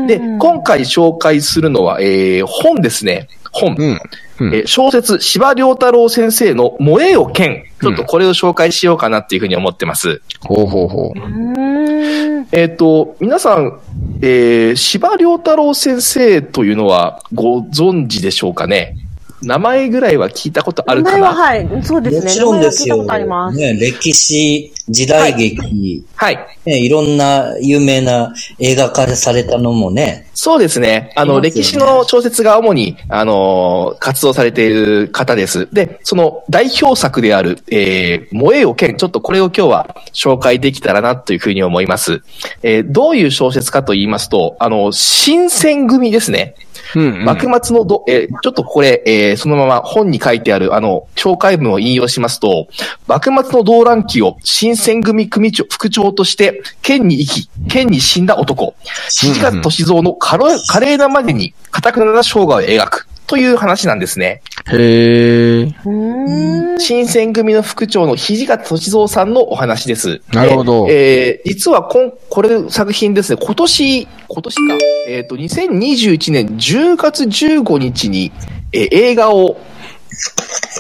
D: で、今回紹介するのは、えー、本ですね。本。
A: うん。うん
D: えー小説、柴良太郎先生の萌えよ剣。ちょっとこれを紹介しようかなっていうふうに思ってます。
A: ほうほうほ
B: うん。
D: えっ、と、皆さん、えー、柴良太郎先生というのはご存知でしょうかね名前ぐらいは聞いたことあるか
B: 名前は、
D: な
B: はい、そうですね。
C: もちろんです
B: 名前は聞いたこ
C: よ
B: とあり。ます。
C: ね、歴史、時代劇、
D: はい。
C: ね、いろんな有名な映画化されたのもね、
D: そうですね。あの、
C: いますよね
D: 歴史の小説が主に、あのー活動されている方です。で、その代表作である、えー、萌えよ剣、ちょっとこれを今日は紹介できたらなというふうに思います。えーどういう小説かと言いますと、あの、新選組ですね。
A: う。うん。
D: 幕末のど、えーちょっとこれ、えーそのまま本に書いてある、あの、紹介文を引用しますと、幕末の動乱期を新選組組長、副長として、県に生き、県に死んだ男、七月歳三の軽華麗なまでに、堅くなな生涯を描く。という話なんですね。
A: へえ。
B: うん。
D: 新選組の副長の土方歳三さんのお話です。
A: なるほど
D: でえー実はこん、これ作品ですね、今年、今年か、えっ、と、2021年10月15日に、えー映画を、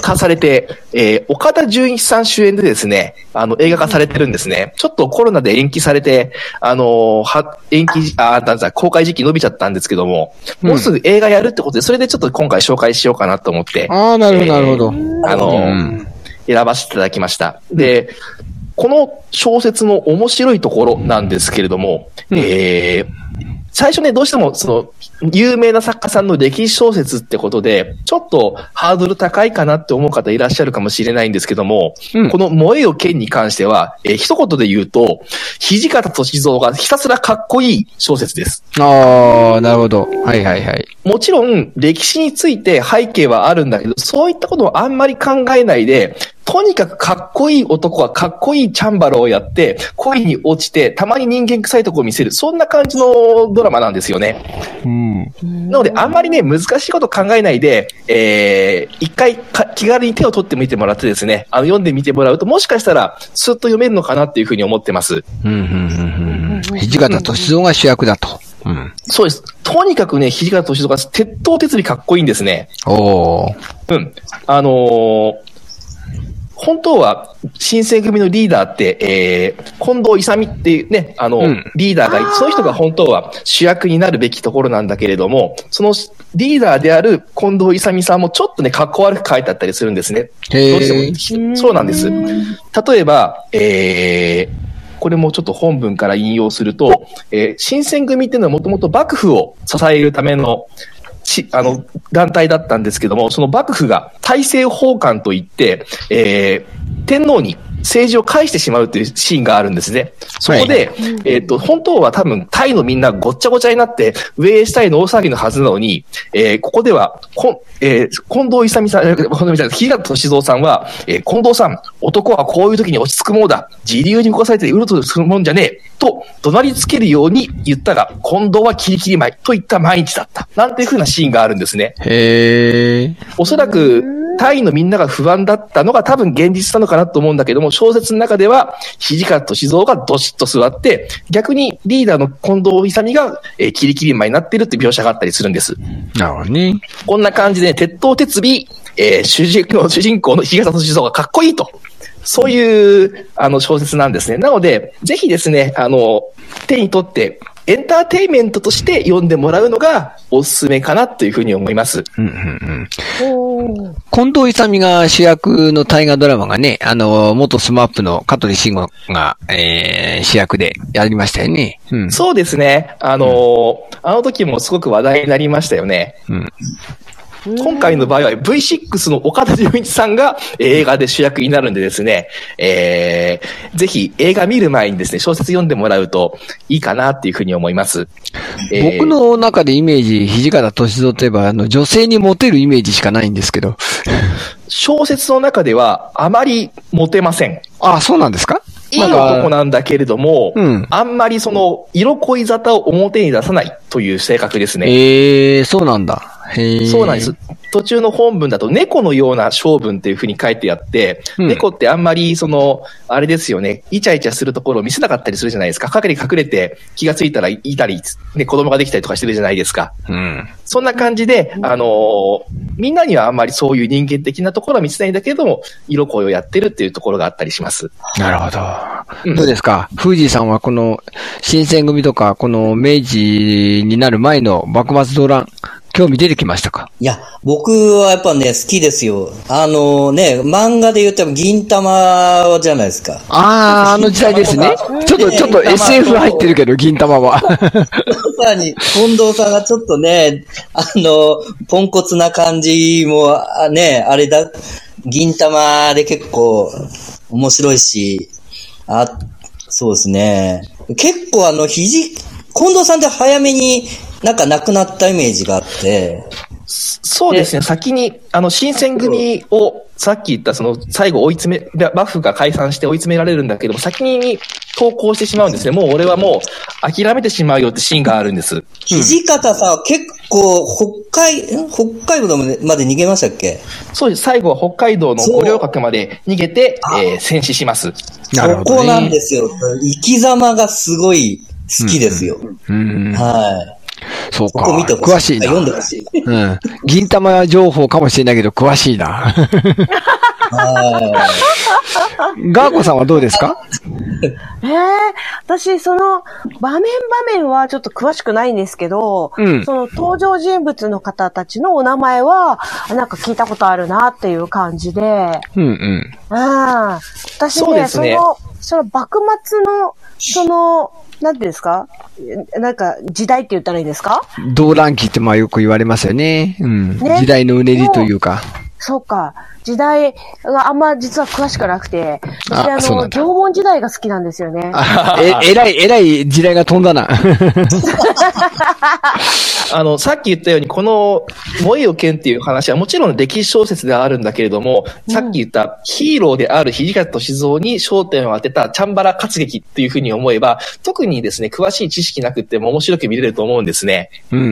D: 化されて、えー岡田純一さん主演でですね、あの、映画化されてるんですね。ちょっとコロナで延期されて、あのーは、延期、あ、なんだ、公開時期伸びちゃったんですけども、もうすぐ映画やるってことで、それでちょっと今回紹介しようかなと思って、
A: ああ、なるほど、なるほど。
D: あの、
A: うん
D: 選ばせていただきました。で、この小説の面白いところなんですけれども、
A: うん
D: えー最初ね、どうしても、その、有名な作家さんの歴史小説ってことで、ちょっとハードル高いかなって思う方いらっしゃるかもしれないんですけども、
A: うん
D: この萌えよ剣に関しては、えー一言で言うと、土方歳三がひたすらかっこいい小説です。
A: ああ、なるほど。はいはいはい。
D: もちろん、歴史について背景はあるんだけど、そういったことをあんまり考えないで、とにかくかっこいい男はかっこいいチャンバラをやって、恋に落ちて、たまに人間臭いとこを見せる、そんな感じのドラマなんですよね。
A: うん。
D: なので、あんまりね、難しいこと考えないで、えー、一回か気軽に手を取ってみてもらってですね、あの、読んでみてもらうと、もしかしたら、スッと読めるのかなっていうふうに思ってます。
A: うん、うん、うん。土方歳三が主役だと。うん。
D: そうです。とにかくね、土方歳三が鉄頭鉄尾かっこいいんですね。
A: おー。
D: うん。あのー本当は、新選組のリーダーって、えー、近藤勇っていうね、あの、
A: うん
D: リーダーがいて、その人が本当は主役になるべきところなんだけれども、そのリーダーである近藤勇さんもちょっとね、格好悪く書いてあったりするんですね。どう
A: へえ。
D: しても、そうなんです。例えば、えーこれもちょっと本文から引用すると、えー新選組っていうのはもともと幕府を支えるための、ち、あの、団体だったんですけども、その幕府が大政奉還といって、えー天皇に政治を返してしまうというシーンがあるんですね。そこで、えっ、と、本当は多分、タイのみんなごっちゃごちゃになって、ウェイしたいの大騒ぎのはずなのに、えーここでは、こん、えー近藤勇さん、えー近藤勇さん、日高歳三さんは、えー近藤さん、男はこういう時に落ち着くものだ。自流に動かされてうるとするもんじゃねえ。と、怒鳴りつけるように言ったが、近藤はキリキリ舞いといった毎日だった。なんていう風なシーンがあるんですね。
A: へえ。
D: おそらく、隊員のみんなが不安だったのが多分現実なのかなと思うんだけども、小説の中では、土方歳三がどしっと座って、逆にリーダーの近藤勇が、えーキリキリマンになっているって描写があったりするんです。
A: なるほどね。
D: こんな感じで、鉄頭鉄尾、えー主人公、主人公の日傘と地蔵がかっこいいと。そういう、あの、小説なんですね。なので、ぜひですね、あの、手に取って、エンターテインメントとして読んでもらうのがおすすめかなというふうに思います。
A: うん、うん、うん。
B: おー
A: 近藤勇が主役の大河ドラマがね、あの、元スマップの香取慎吾が、えー、主役でやりましたよね。うん。
D: そうですね。あのーあの時もすごく話題になりましたよね。
A: うん。
D: 今回の場合は V6 の岡田准一さんがえー映画で主役になるんでですね、えー、ぜひ映画見る前にですね、小説読んでもらうといいかなっていうふうに思います。えー
A: 僕の中でイメージ、土方歳三といえば、あの、女性にモテるイメージしかないんですけど。
D: 小説の中ではあまりモテません。
A: あ、そうなんですか
D: いい男なんだけれども、
A: うん
D: あんまりその、色恋沙汰を表に出さないという性格ですね。
A: ええー、そうなんだ。へー
D: そうなんです。。途中の本文だと、猫のような性分っていうふうに書いてあって、
A: うん
D: 猫ってあんまり、その、あれですよね、イチャイチャするところを見せなかったりするじゃないですか。陰に隠れて気がついたらいたり、ね、子供ができたりとかしてるじゃないですか。
A: うん。
D: そんな感じで、あのーみんなにはあんまりそういう人間的なところは見せないんだけれども、色恋をやってるっていうところがあったりします。
A: なるほ
D: う
A: ど。
D: ん
A: どうですか富士さんはこの新選組とか、この明治になる前の幕末動乱、興味出てきましたか
C: いや、僕はやっぱね、好きですよ。あのね、漫画で言っても銀玉じゃないですか。
A: ああ、あの時代ですね。ちょっと、ちょっと SF 入ってるけど、銀玉は。
C: さらに、近藤さんがちょっとね、あの、ポンコツな感じも、あね、あれだ、銀玉で結構面白いし、あ、そうですね。結構あの、肘、近藤さんって早めになんか亡くなったイメージがあって、
D: そうですね、先に、あの、新選組を、さっき言った、その、最後追い詰め、バフが解散して追い詰められるんだけども、先に投稿してしまうんですね。もう俺はもう、諦めてしまうよってシーンがあるんです。
C: 土方さんは結構、北海、ん北海道までまで逃げましたっけ
D: そうです。最後は北海道の
C: そう
D: 五稜郭まで逃げて、えー戦死します。
A: なるほ
C: そこ
A: ど
C: なん
A: ね。
C: ですよ。生き様がすごい好きですよ。
A: うん。
C: はい。
A: そう
C: そ
A: か
C: こ見て。ほし
A: 詳し
C: い。
A: いな。
C: 読んでほしい。
A: うん。銀玉情報かもしれないけど、詳しいな。
C: はい。
A: ガーコさんはどうですか
B: ええ私、その、場面場面はちょっと詳しくないんですけど、
A: うん
B: その登場人物の方たちのお名前は、あなんか聞いたことあるなっていう感じで、
A: うんうん。
B: うん。私
D: そう
B: ね、
D: で
B: そ
D: すね
B: の、その幕末の、その、なんていうんですかえなんか、時代って言ったらいいんですか
A: 動乱期ってまあよく言われますよね。うん。
B: ね
A: 時代のうねりというか。
B: そうか。時代があんま実は詳しくなくて、
A: あ
B: 私あ
A: そうな
B: の、
A: んだ
B: 縄文時代が好きなんですよね。
A: え、えらい、えらい時代が飛んだな。
D: あの、さっき言ったように、この、燃えよ剣っていう話はもちろん歴史小説ではあるんだけれども、さっき言ったヒーローである土方歳三に焦点を当てたチャンバラ活劇っていうふうに思えば、特にですね、詳しい知識なくっても面白く見れると思うんですね。
A: うんう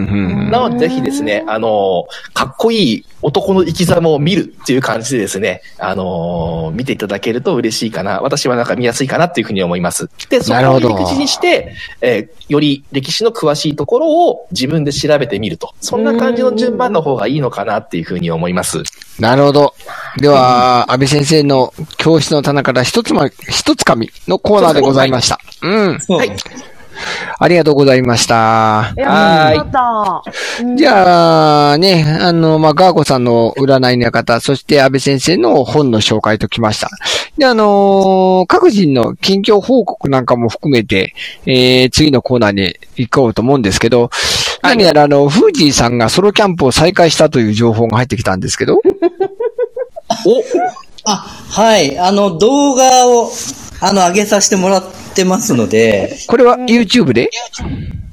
A: ん
D: なので、ぜひですね、あの、かっこいい男の生き様を見るっていう感じでですね、あの、見ていただけると嬉しいかな。私はなんか見やすいかなっていうふうに思います。で、そ
A: なる
D: こ
A: ほ
D: を
A: ど
D: 入り口にして、えーより歴史の詳しいところを自分で調べてみると。そんな感じの順番の方がいいのかなっていうふうに思います。
A: なるほど。では、安倍先生の教室の棚から一つま、一つ紙のコーナーでございました。うん。
D: はい。
A: ありがとうございました
B: い。や、
D: はーい
B: 本当だった。
A: じゃあ、ね、あの、まあ、ガーコさんの占いの館、そして安倍先生の本の紹介ときました。で、あのー各人の近況報告なんかも含めて、えー、次のコーナーに行こうと思うんですけど、何やらあの、フージーさんがソロキャンプを再開したという情報が入ってきたんですけど、
C: あ、はい。あの、動画を、あの、上げさせてもらってますので、
A: これは YouTube で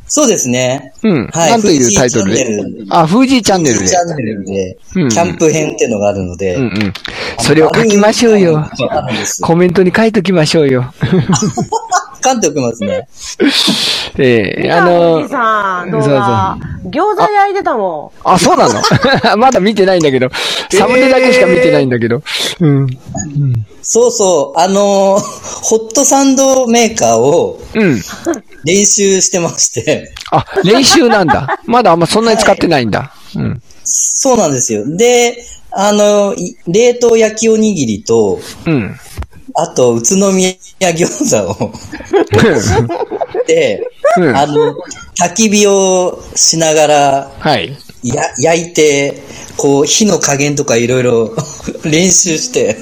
C: そうですね。
A: うん。
C: はい
A: なんというタイトル
C: フージーチャンネ
A: で
C: ル
A: あ、フージーチャンネルで
C: チ。ャンネルで、キ
A: うん
C: ャンプ編っていうのがあるので、
A: うんうん。それを書きましょうよ。
C: あるんです
A: コメントに書いときましょうよ。
C: 書いておきますね。
A: え
B: 見
A: え
B: た
A: あ
B: お
A: の
B: じさん、動
A: そう
B: 画。餃子焼いてたも
A: あ、そうなの まだ見てないんだけど。サムネだけしか見てないんだけ ど。うん。
C: そうそう、あの、ホットサンドメーカーを
A: うん。
C: 練習してまして、
A: あ、練習なんだ。まだあんまそんなに使ってないんだ。うん。
C: そうなんですよ。で、あの、い冷凍焼きおにぎりと、
A: うん。
C: あと、宇都宮餃子をで、
A: うん
C: あの、焚き火をしながら、
A: はい。
C: や、焼いて、こう、火の加減とかいろいろ 練習して、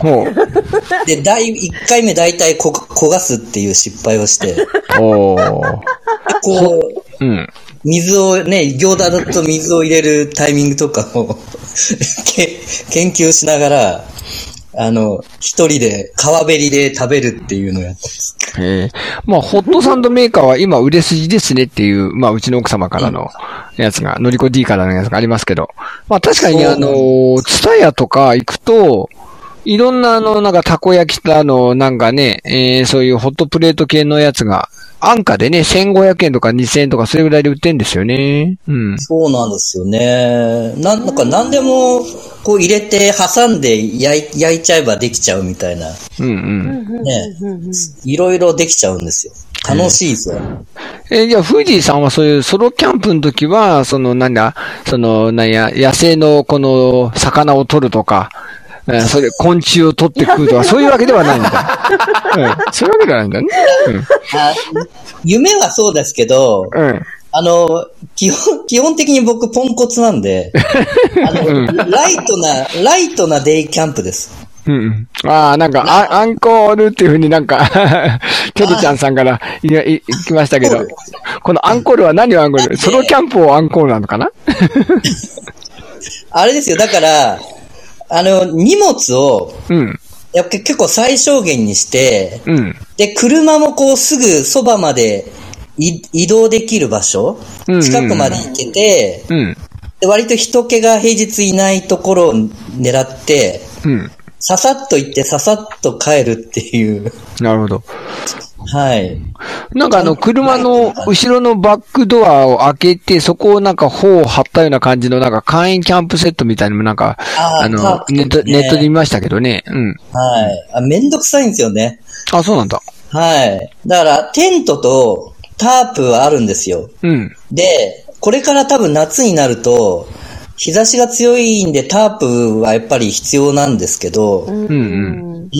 A: ほう。
C: で、第、1回目大体こ、焦がすっていう失敗をして、
A: おー。
C: こ
A: う
C: う、
A: ん。
C: 水をね、行田だと水を入れるタイミングとかも け、研究しながら、あの、一人で川べりで食べるっていうのをやってます。
A: ええまあ、ホットサンドメーカーは今売れ筋ですねっていう、まあ、うちの奥様からのやつが、のりこ D からのやつがありますけど、まあ、確かに、
C: そう
A: あの、ツタヤとか行くと、いろんな、あの、なんか、たこ焼きとあの、なんかね、えーそういうホットプレート系のやつが、安価でね、1500円とか2000円とか、それぐらいで売ってんですよね。うん。
C: そうなんですよね。なんなんか何でも、こう入れて挟んで焼い焼いちゃえばできちゃうみたいな。
A: うんうん。
C: ね。いろいろできちゃうんですよ。楽しいですよ。
A: えーじゃあ、フージーさんはそういうソロキャンプの時は、その、なんだ、その、なんや、野生のこの、魚を取るとか、えーそれ、昆虫を取って食うとか、そういうわけではないん だ。うん、そういうわけではないんだね。
C: あ夢はそうですけど、
A: うん。うん。
C: あの、基本、基本的に僕ポンコツなん で、あの、ライトな、ライトなデイキャンプです。
A: うんうん。ああ、なんか、あアンコールっていうふうになんか、 キョリちゃんさんからいやい来ましたけど、このアンコールは何をアンコールソロキャンプをアンコールなのかな
C: あれですよ、だから、あの、荷物を、
A: うん。
C: やっぱ結構最小限にして、
A: うん。
C: で、車もこうすぐそばまでい移動できる場所、
A: うんうんうん
C: 近くまで行けて、
A: うん。
C: で割と人気が平日いないところを狙って、
A: うん。
C: ささっと行ってささっと帰るっていう。
A: なるほど。
C: はい。
A: なんかあの、車の後ろのバックドアを開けて、そこをなんか頬を張ったような感じの、なんか簡易キャンプセットみたいにもなんか、
C: あ
A: あ
C: ー
A: の
C: そう、
A: ネット、
C: ね
A: ネットで見ましたけどね。うん。
C: はい。あ、めんどくさいんですよね。
A: あ、そうなんだ。
C: はい。だから、テントとタープはあるんですよ。
A: うん。
C: で、これから多分夏になると、日差しが強いんでタープはやっぱり必要なんですけど、
A: うんうん。
C: うん。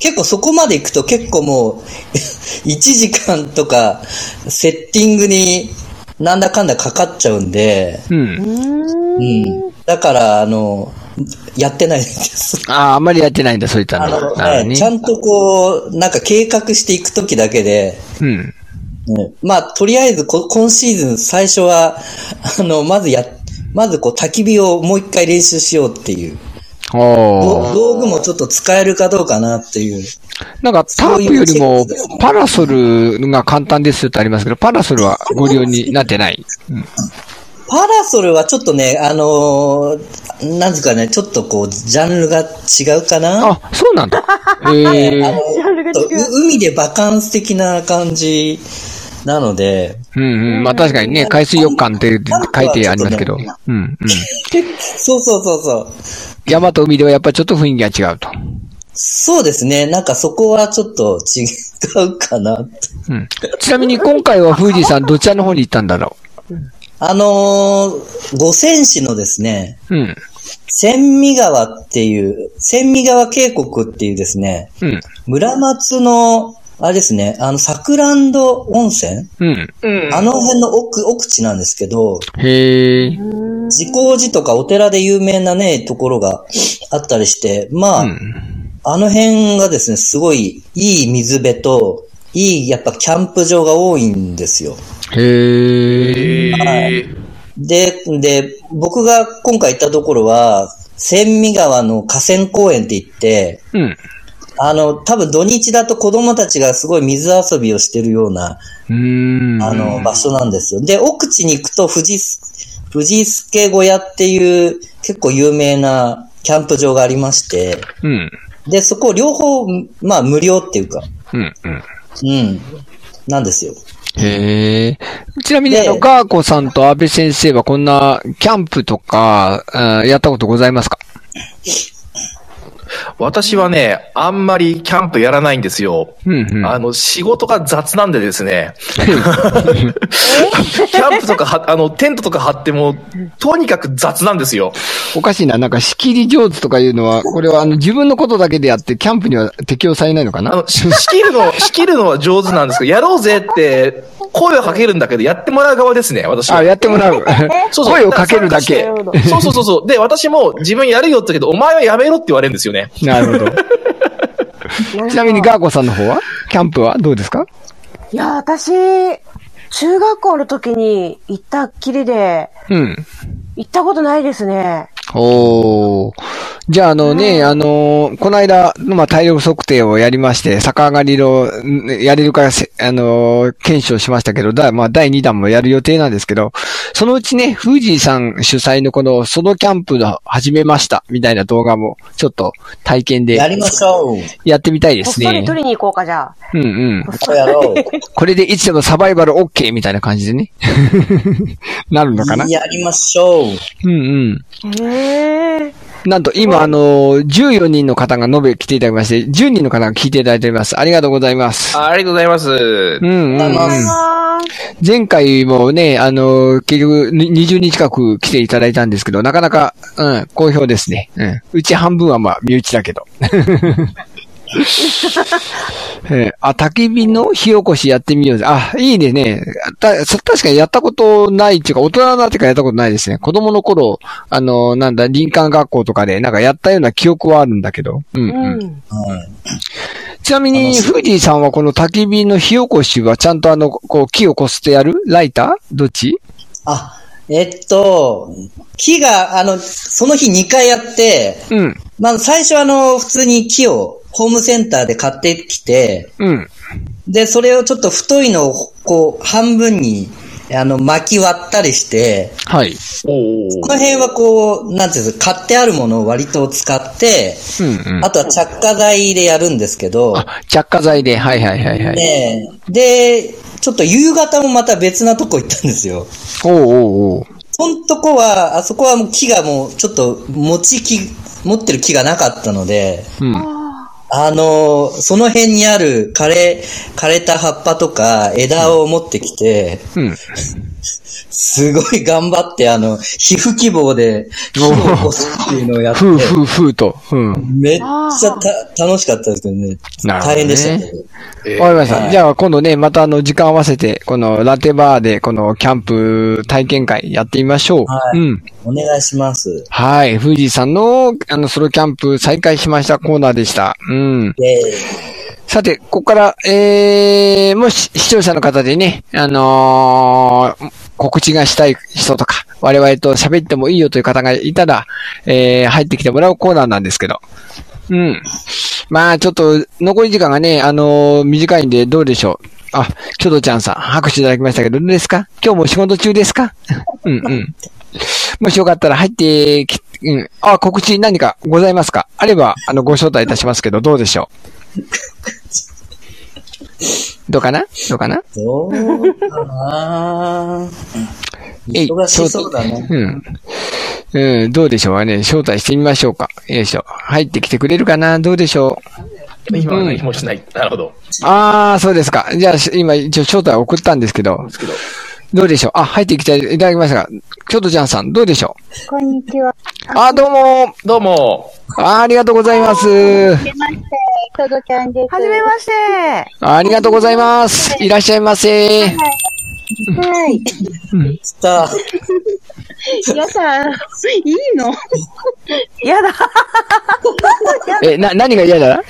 C: 結構そこまで行くと結構もう、1時間とか、セッティングになんだかんだかかっちゃうんで、
A: うん。
C: うん。だから、あの、やってないんです。
A: ああ、あんまりやってないんだ、そういった
C: あ の、
A: の。なるほど
C: ねちゃ
A: ね。
C: んとこう、なんか計画していくときだけで、
A: うん。
C: うんまあ、とりあえずこ、今シーズン最初は、 あの、まずや、まずこう、焚き火をもう一回練習しようっていう。
A: おー。
C: 道具もちょっと使えるかどうかなっていう。
A: なんか、タープより
C: そ
A: も
C: ういうチェックですね、
A: パラソルが簡単ですよってありますけど、パラソルはご利用になってない。
C: パラソルはちょっとね、あのーなんですかね、ちょっとこう、ジャンルが違うかな。
A: あ、そうなんだ。 ええ。
B: ジャンルが
C: ちょっ
B: 違う。
C: とう海でバカンス的な感じなので、
A: うんうん。まあ確かにね、海水浴館って書いてありますけど。うんうん。
C: そうそうそうそう。
A: 山と海ではやっぱりちょっと雰囲気が違うと。
C: そうですね、なんかそこはちょっと違うかなって。
A: うん。ちなみに今回は富士山どちらの方に行ったんだろ
C: あのー、五泉市のですね、
A: う。うん。
C: 千見川っていう、千見川渓谷っていうですね、
A: うん。
C: 村松の、あれですね、あの、サクランド温泉、
A: うん。
D: うん。
C: あの辺の奥、奥地なんですけど、
A: へえ。
C: 自工寺とかお寺で有名なね、ところがあったりして、まあ、
A: うん。
C: あの辺がですね、すごいいい水辺と、いい、やっぱキャンプ場が多いんですよ。
A: へえ。
D: えー
C: で、で、僕が今回行ったところは、千見川の河川公園って言って、
A: うん。
C: あの、多分土日だと子供たちがすごい水遊びをしてるような、
A: うーん。
C: あの、場所なんですよ。で、奥地に行くと富士す、富士助小屋っていう結構有名なキャンプ場がありまして、
A: うん。
C: で、そこ両方、まあ無料っていうか、
A: うん。うん。
C: うん、なんですよ。
A: へえ。ちなみにあの、
C: で
A: ガーコさんと安部先生はこんなキャンプとか、あーやったことございますか
D: 私はね、あんまりキャンプやらないんですよ。
A: うんうん。
D: あの、仕事が雑なんでですね。 キャンプとかは、あの、テントとか張っても、とにかく雑なんですよ。
A: おかしいな。なんか仕切り上手とかいうのは、これはあの自分のことだけであって、キャンプには適用されないのか
D: あ
A: な
D: の、し仕切るの、 仕切るのは上手なんですけど、やろうぜって、声をかけるんだけど、やってもらう側ですね、私は
A: あ、やってもら う。
D: そうそう
A: 声をかけるだけ。
B: なるほど
D: そうそうそうそう。で、私も自分やるよって言うけど、お前はやめろって言われるんですよね。
A: なるほ ど。ちなみにガーコさんの方はキャンプはどうですか
B: いや、私、中学校の時に行ったっきりで、
A: うん。
B: 行ったことないですね。
A: おー。じゃあ、あのね、あのーこの間、まあ、体力測定をやりまして、逆上がりの、んやれるかせ、あのー検証しましたけど、だ、まあ、第2弾もやる予定なんですけど、そのうちね、富士さん主催のこの、ソロキャンプの始めました、みたいな動画も、ちょっと体験で
C: やりましょう。
A: やってみたいで
B: こっ
A: す
B: そ
A: ね。
B: り取りに行こうか、じゃあ。
A: うんうん。
C: こうやろう。
A: これでいつでもサバイバル OK みたいな感じでね。 なるのかな
C: やりましょう。
A: うんうん。
B: へえ。
A: なんと今、あのー、14人の方が延べ来ていただきまして、10人の方が聞いていただいております。ありがとうございます。
D: あありがとうございます。
A: うんうん、う
C: あり
A: ん
C: がとうございます
B: あ
A: 前回もね、あのー、結局、に20人近く来ていただいたんですけど、なかなか、うん、好評ですね。うん。うち半分はまあ、身内だけど。 えーあ、焚き火の火起こしやってみようぜ。あ、いいですね。た、そ確かにやったことないっていうか、大人になってからやったことないですね。子供の頃、あのー、なんだ、林間学校とかで、なんかやったような記憶はあるんだけど。うん、う
B: ー
A: ん。
B: うん。
C: うん
A: ちなみに、フージーさんはこの焚き火の火起こしは、ちゃんとあの、こう、木をこすってやるライターどっち
C: あ、えっと、木が、あの、その日2回やって、
A: うん。
C: まあ最初あの、普通に木をホームセンターで買ってきて、
A: うん。
C: で、それをちょっと太いのをこう、半分に、あの、巻き割ったりして、
A: はい。
D: お
C: この辺はこう、なんていうんですか、買ってあるものを割と使って、
A: うんうん。
C: あとは着火剤でやるんですけど、
A: あ、着火剤で、はいはいはいはい。
C: ねえで、ちょっと夕方もまた別なとこ行ったんですよ。
A: おうおうおう。
C: そんとこは、あそこはもう木がもう、ちょっと持ち木、持ってる木がなかったので、
A: うん。
C: あのーその辺にある枯れ、枯れた葉っぱとか枝を持ってきて、
A: うん。
C: すごい頑張って、あの、皮膚希望で火を起こすっていうのをやって
A: ふ、うふうふうと。うん。わ
C: めっちゃた楽しかったですけどね。
A: なるほどね
C: 大変でしたけど。
D: え
A: かりました。
C: はい
A: じゃあ今度ね、またあの、時間合わせて、このラテバーで、このキャンプ体験会やってみましょう。
C: はい
A: うん。
C: お願いします。
A: はい。富士さんの、あの、ソロキャンプ再開しましたコーナーでした。うん。
C: で、
A: さて、ここから、えー、もし視聴者の方でね、あのー告知がしたい人とか、我々と喋ってもいいよという方がいたら、えー、入ってきてもらうコーナーなんですけど。うん。まあ、ちょっと、残り時間がね、あのー短いんでどうでしょう。あ、キョドちゃんさん、拍手いただきましたけど、どうですか今日も仕事中ですかうんうん。もしよかったら入ってき、うん。あ、告知何かございますかあれば、あの、ご招待いたしますけど、どうでしょうどうかなどうかな
C: どうかな
A: えい
C: 忙しそうだね。
A: うん。うん、どうでしょうかね。招待してみましょうか。よいしょ。入ってきてくれるかなどうでしょう
D: 今
A: うん
D: は何もしない。なるほど。
A: あー、そうですか。じゃあ、し今、一応招待を送ったんですけど、
D: ですけど。
A: どうでしょうあ、入ってきていただきましたが、ちょっとちゃんさん、どうでしょ
E: こんにちは。
A: うあ、どうも
D: どうも。
A: あーありがとうございます。
E: はじめまして、とどちゃんです。
B: はじめまして。
A: ありがとうございます。いらっしゃいませ。
E: はい。
C: スター
E: 皆さん、 いいの
B: やだ。
A: え、な、何が嫌だ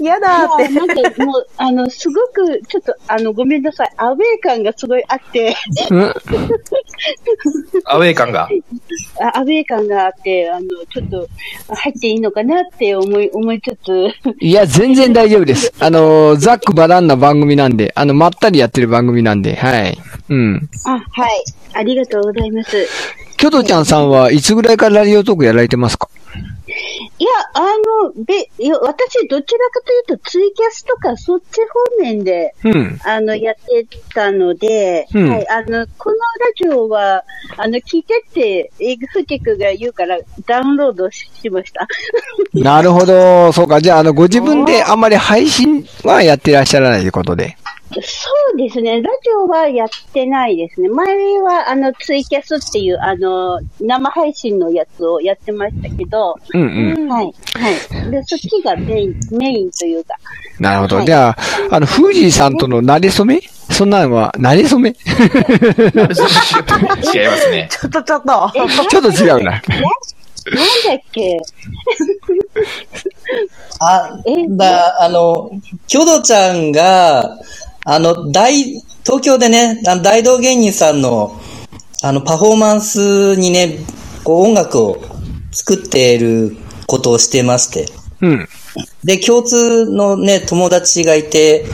B: やだっ
E: あ
B: て。
E: なんかもう、あの、すごく、ちょっと、あの、ごめんなさい。アウェー感がすごいあって、
A: うん
D: アウェイ感が。
E: あアウェー感があって、あの、ちょっと、入っていいのかなって思い、思いつつ、
A: いや、全然大丈夫です。あの、ざっくばらんな番組なんで、あの、まったりやってる番組なんで、はい。うん。
E: あ、はい。ありがとうございます。
A: キョトちゃんさんはいつぐらいからラジオトークやられてますか
E: いや、あの、で、いや私、どちらかというと、ツイキャスとか、そっち方面で、
A: うん。
E: あの、やってたので、
A: うん
E: はい、あの、このラジオは、あの、聞いてって、えぐふきくが言うから、ダウンロードしました。
A: なるほど。そうか。じゃあ、あの、ご自分であんまり配信はやってらっしゃらないということで。
E: そうですね、ラジオはやってないですね。前は、あの、ツイキャスっていう、あの、生配信のやつをやってましたけど、
A: うんうん。
E: はい、はい。で、そっちがメイン、メインというか、
A: なるほど。
E: はい
A: じゃあ、あの、フージーさんとの馴れ初めそんなのは、馴れ初め
D: 違いますね。
B: ちょっとちょっと。
E: え、な
A: ちょっと違うな。
E: なんだっけ
C: あ
E: え、
C: だ、あの、キョドちゃんが、あの、大、東京でね、あの大道芸人さんの、あの、パフォーマンスにね、こう、音楽を作っていることをしてまして。
A: うん。
C: で、共通のね、友達がいて、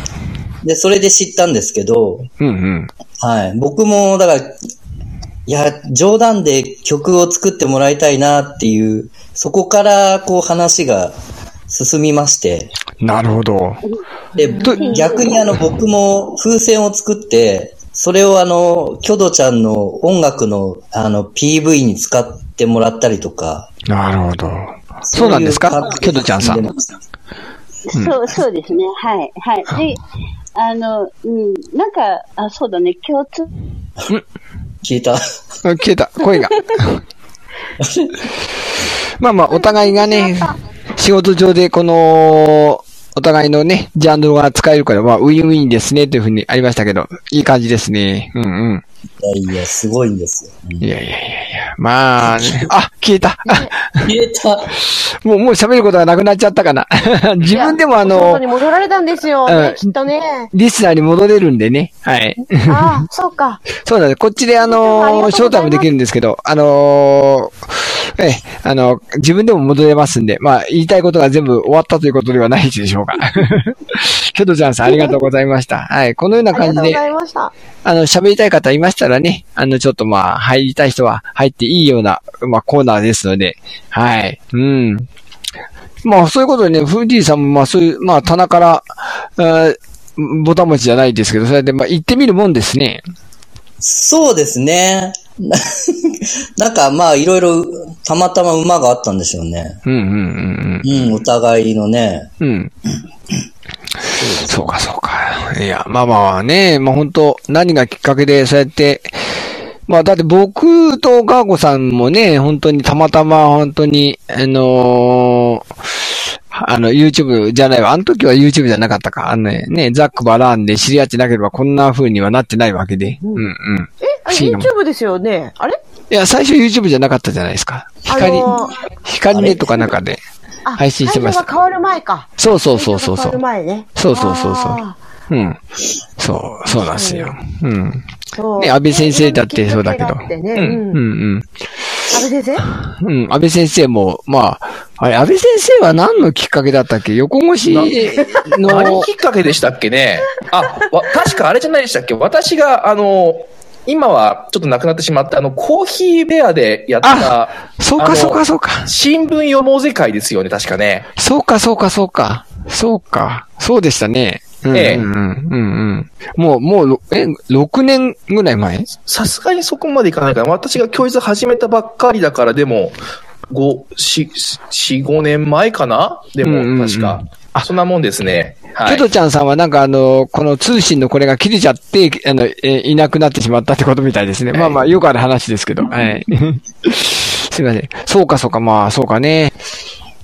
C: で、それで知ったんですけど、
A: うんうん。
C: はい。僕も、だから、いや、冗談で曲を作ってもらいたいなっていう、そこから、こう、話が進みまして。
A: なるほど。
C: で、逆にあの、僕も風船を作って、それをあの、キョドちゃんの音楽の、あの、PV に使ってもらったりとか。
A: なるほど。そうなんですかキョドちゃんさん。
E: そう、そうですね。はい、はい。で、あの、うん、なんか、あそうだね、共通、
C: 聞いた。
A: あ 消えた、声が。まあまあ、お互いがね、仕事上でこの、お互いのね、ジャンルが使えるから、まあ、ウィンウィンですね、というふうにありましたけど、いい感じですね。うんうん。
C: いやいや、すごいんですよ。
A: いやいやいやいや、まあ、 ね、あ、消えた。
C: 消えた。
A: もう、もう喋ることがなくなっちゃったかな。自分でもあ
B: 元
A: の
B: に、戻られたんですよ、
A: う
B: ね
A: ん、
B: きっとね。
A: リスナーに戻れるんでね。はい。
B: ああ、そうか。
A: そうなんです。こっちであ
B: あり
A: のー
B: がとうございます
A: ショータイムできるんですけど、あのーええ、あの自分でも戻れますんで、まあ、言いたいことが全部終わったということではないでしょう か。キョドちゃんさん、ありがとうございました。はい。このような
B: あり
A: 感
B: がと
A: じ
B: うご
A: で、
B: ざいました。
A: あの、喋りたい方いましたらね、あの、ちょっとまあ、入りたい人は入っていいような、まあ、コーナーですので、はい。うん。まあ、そういうことでね、フーディーさんも、まあ、そういう、まあ、棚から、あーボタン持ちじゃないですけど、それで、まあ、行ってみるもんですね。
C: そうですね。 ななんか、まあ、いろいろ、たまたま馬があったんでしょうね。
A: うんうんうんうん。
C: うん、お互いのね。
A: うん。そうか、そうか。いや、まあまあね、まあ本当何がきっかけで、そうやって、まあだって僕とガーゴさんもね、本当にたまたま本当に、あのーあの、YouTube じゃないわ。あの時は YouTube じゃなかったか。あのね、ねザックバラーンで知り合ってなければこんな風にはなってないわけで。うんうん。
B: え、あれ
A: 不思議なもん
B: YouTube ですよね。あれ
A: いや、最初 YouTube じゃなかったじゃないですか。光、
B: あのー
A: 光ネットかなんかで。
B: あ
A: 配信してました
B: 会社が変わる前か。
A: そうそうそうそうそ
B: 会社が変わる
A: う。
B: 前ね。
A: そうそうそうそう
B: あ
A: うん。そう、そうなんですよ。うん。
B: ーそう
A: ね、安倍先生だってそうだけど。
B: いろんなきっかけがあって
A: う
B: ね
A: ん、
B: う
A: うんん、
B: 安倍先生
A: うん。うん、安倍先生も、まあ、あれ、安倍先生は何のきっかけだったっけ横越し
D: あれ
A: の、
D: きっかけでしたっけね。あ、わ確かあれじゃないでしたっけ。私が、あの、今はちょっとなくなってしまった、あの、コーヒーベアでやった、
A: そう
D: あ
A: か、
D: の
A: そうか、そうか。
D: 新聞読もうぜ会ですよね、確かね。
A: そうか、そうか、そうか。そうか。そうでしたね。うん、うん
D: ええ、
A: うん、うんうん。もう、もうろ、え、6年ぐらい前
D: さすがにそこまでいかないかな。私が教室始めたばっかりだから、でも、5、4、5年前かなで
A: うんうんう
D: も、
A: ん
D: 確か。あ、そんなもんですね。は
A: ケ
D: い
A: ト。ちゃんさんはなんかあの、この通信のこれが切れちゃって、あの、えーいなくなってしまったってことみたいですね。
D: はい
A: まあまあ、よくある話ですけど。はい。 すいません。そうかそうか、まあ、そうかね。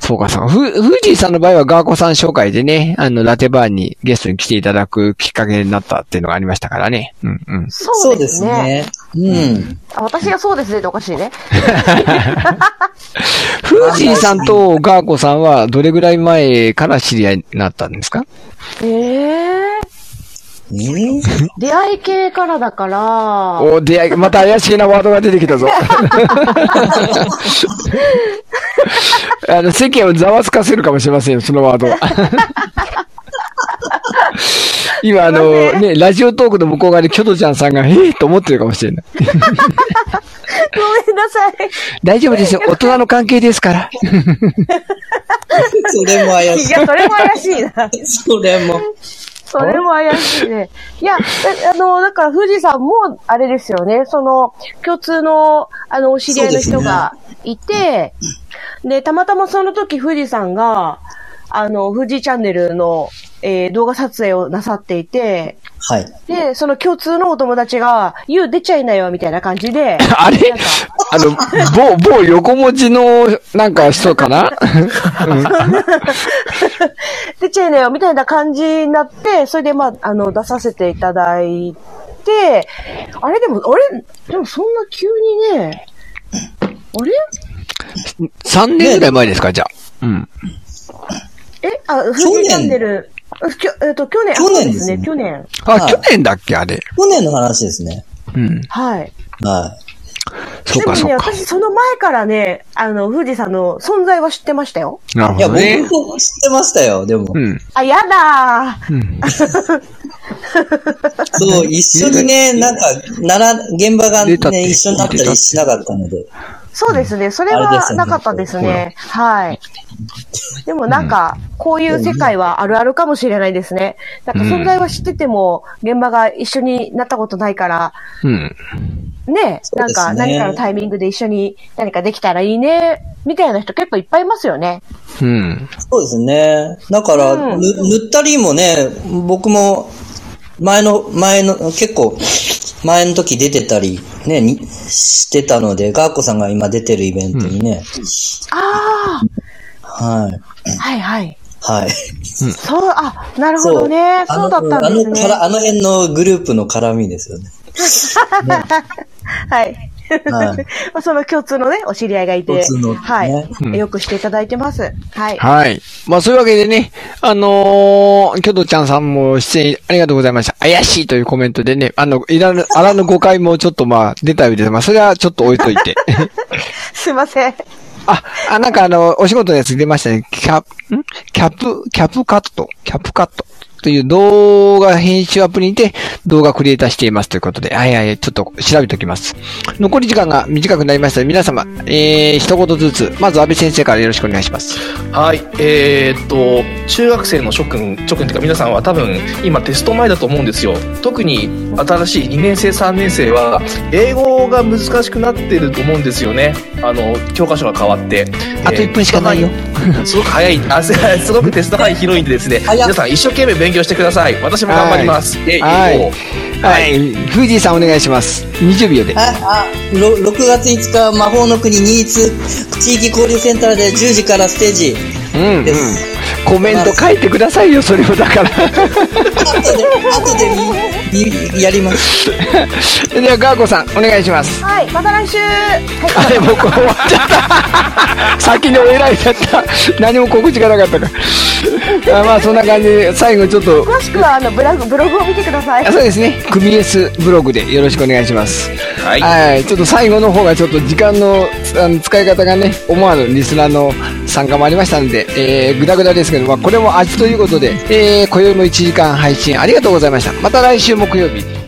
A: そうかそうか。ふ、フージーさんの場合はガーコさん紹介でね、あの、ラテバーにゲストに来ていただくきっかけになったっていうのがありましたからね。うんうん。
B: そうですね。
C: そうですね。
B: あ私がそうですねっておかしいね。
A: フージーさんとガーコさんはどれぐらい前から知り合いになったんですか
B: ええ
C: うん。え
B: ー、
C: ー
B: 出会い系からだから、
A: お、出会い、また怪しいなワードが出てきた ぞ。あの、世間をざわつかせるかもしれませんよ、そのワードは。今、あの、ね、ラジオトークの向こう側でキョトちゃんさんが、ええと思ってるかもしれない。
B: ごめんな さい。
A: 大丈夫ですよ、大人の関係です から。
C: それも怪し
B: いや、それも怪しいな。
C: い。それも。
B: それも怪しいね。いや、えあの、だから、富士山も、あれですよね、その、共通の、あの、お知り合いの人がいて、でたまたまその時、富士山が、あの、富士チャンネルの、えー動画撮影をなさっていて、
C: はい。
B: で、その共通のお友達が、ゆう出ちゃいなよ、みたいな感じで、
A: あれ
B: なんか
A: あの、某、某横文字の、なんか人か な
B: 出ちゃいなよ、みたいな感じになって、それでまあ、あの、出させていただいて、あれでも、あれでもそんな急にね、あれ
A: ?3 年ぐらい前ですか、じゃあ。うん。
B: え、あ、富
C: 去年
B: 士チャンネル。きょえっと、去年。
C: 去年で
B: そう
C: すね
B: ね。去年。
A: あ、
C: はい
A: 去年だっけ、あれ。
C: 去年の話ですね。
A: うん。
B: はい。
C: は
A: そうか、
B: でも
A: そ
B: ね、
A: うか。
B: 私その前からね、あの、富士山の存在は知ってましたよ。
A: なる
C: い。い
A: ほ
C: や、
A: どね。
C: 僕も知ってましたよ、でも。
A: うん。
B: あ、やだー。
A: うん。
C: そう、一緒にね、なんか、なら、現場がね
A: 出たって、
C: 一緒になったりしなかったので。
B: そうですね。それ
C: あれで
B: は
C: すよね
B: なかったですね。はい。でもなんか、こういう世界はあるあるかもしれないですね。なんか
A: うん
B: 存在は知ってても、現場が一緒になったことないから、
A: うん。
B: ね、
C: そう
B: な
C: で
B: ん
C: すね
B: か何かのタイミングで一緒に何かできたらいいね、みたいな人結構いっぱいいますよね。
A: うん。
C: そうですね。だから、
B: うん
C: ぬ塗ったりもね、僕も、前の、前の、結構、前の時出てたり、ね、にしてたので、ガーコさんが今出てるイベントにね、
B: あ
C: はい。
B: あ、はいはい。
C: はい。
B: そう、あ、なるほどね。そうだったんですね
C: あの。からあの辺のグループの絡みですよね。
B: はい。
C: はい
B: まあその共通のね、お知り合いがいて、
C: 共通のね
B: はい、
A: うん
B: よくしていただいてます。はい。
A: はい。まあ、そういうわけでね、あのー、きょとちゃんさんも出演ありがとうございました。怪しいというコメントでね、あの、いらぬ、あらぬ誤解もちょっとまあ、出たようで、まあ、それはちょっと置いといて。
B: すいません。
A: あ、あ、なんかあの、お仕事のやつ出ましたね。キャッ、んキャップ、キャップカット、キャップカット。という動画編集アプリにて動画クリエイターしていますということで、はいはい、ちょっと調べておきます。残り時間が短くなりましたので、皆様、えー、一言ずつ、まず安部先生からよろしくお願いします。
D: はい、えーっと、中学生の諸君、諸君っていうか皆さんは多分今テスト前だと思うんですよ。特に新しい2年生、3年生は英語が難しくなってると思うんですよね。あの、教科書が変わって。
A: あと
D: えー
A: 1分しかないよ。。
D: すごく早い、あすすごくテスト範囲広いんでですね、
C: 早っ
D: 皆さん一生懸命勉強してください。私も頑張ります。で
A: はい
D: 英語を
A: はい、富士さんお願いします。20秒で。
C: あ、あ、ろ6月5日、魔法の国ニーツ地域交流センターで10時からステージ。
A: うん、うん
C: で。
A: コメント書いてくださいよ、それをだから。
C: 後で、後でみ、みやります。
A: では、ガーコさん、お願いします。
B: はい、また来週はい
A: あれ、僕終わっちゃった。 先にお偉いだった。何も告知がなかったから。あまあ、そんな感じで、最後ちょっと、
B: 詳しくはあのブログブログを見てください
A: あ。そうですね、クビエスブログでよろしくお願いします。
D: はい
A: ちょっと最後の方がちょっと時間のあの使い方がね、思わぬリスナーの参加もありましたので、えー、ぐだぐだですけど、まあ、これも味ということで、えー、今宵も1時間配信ありがとうございました。また来週木曜日。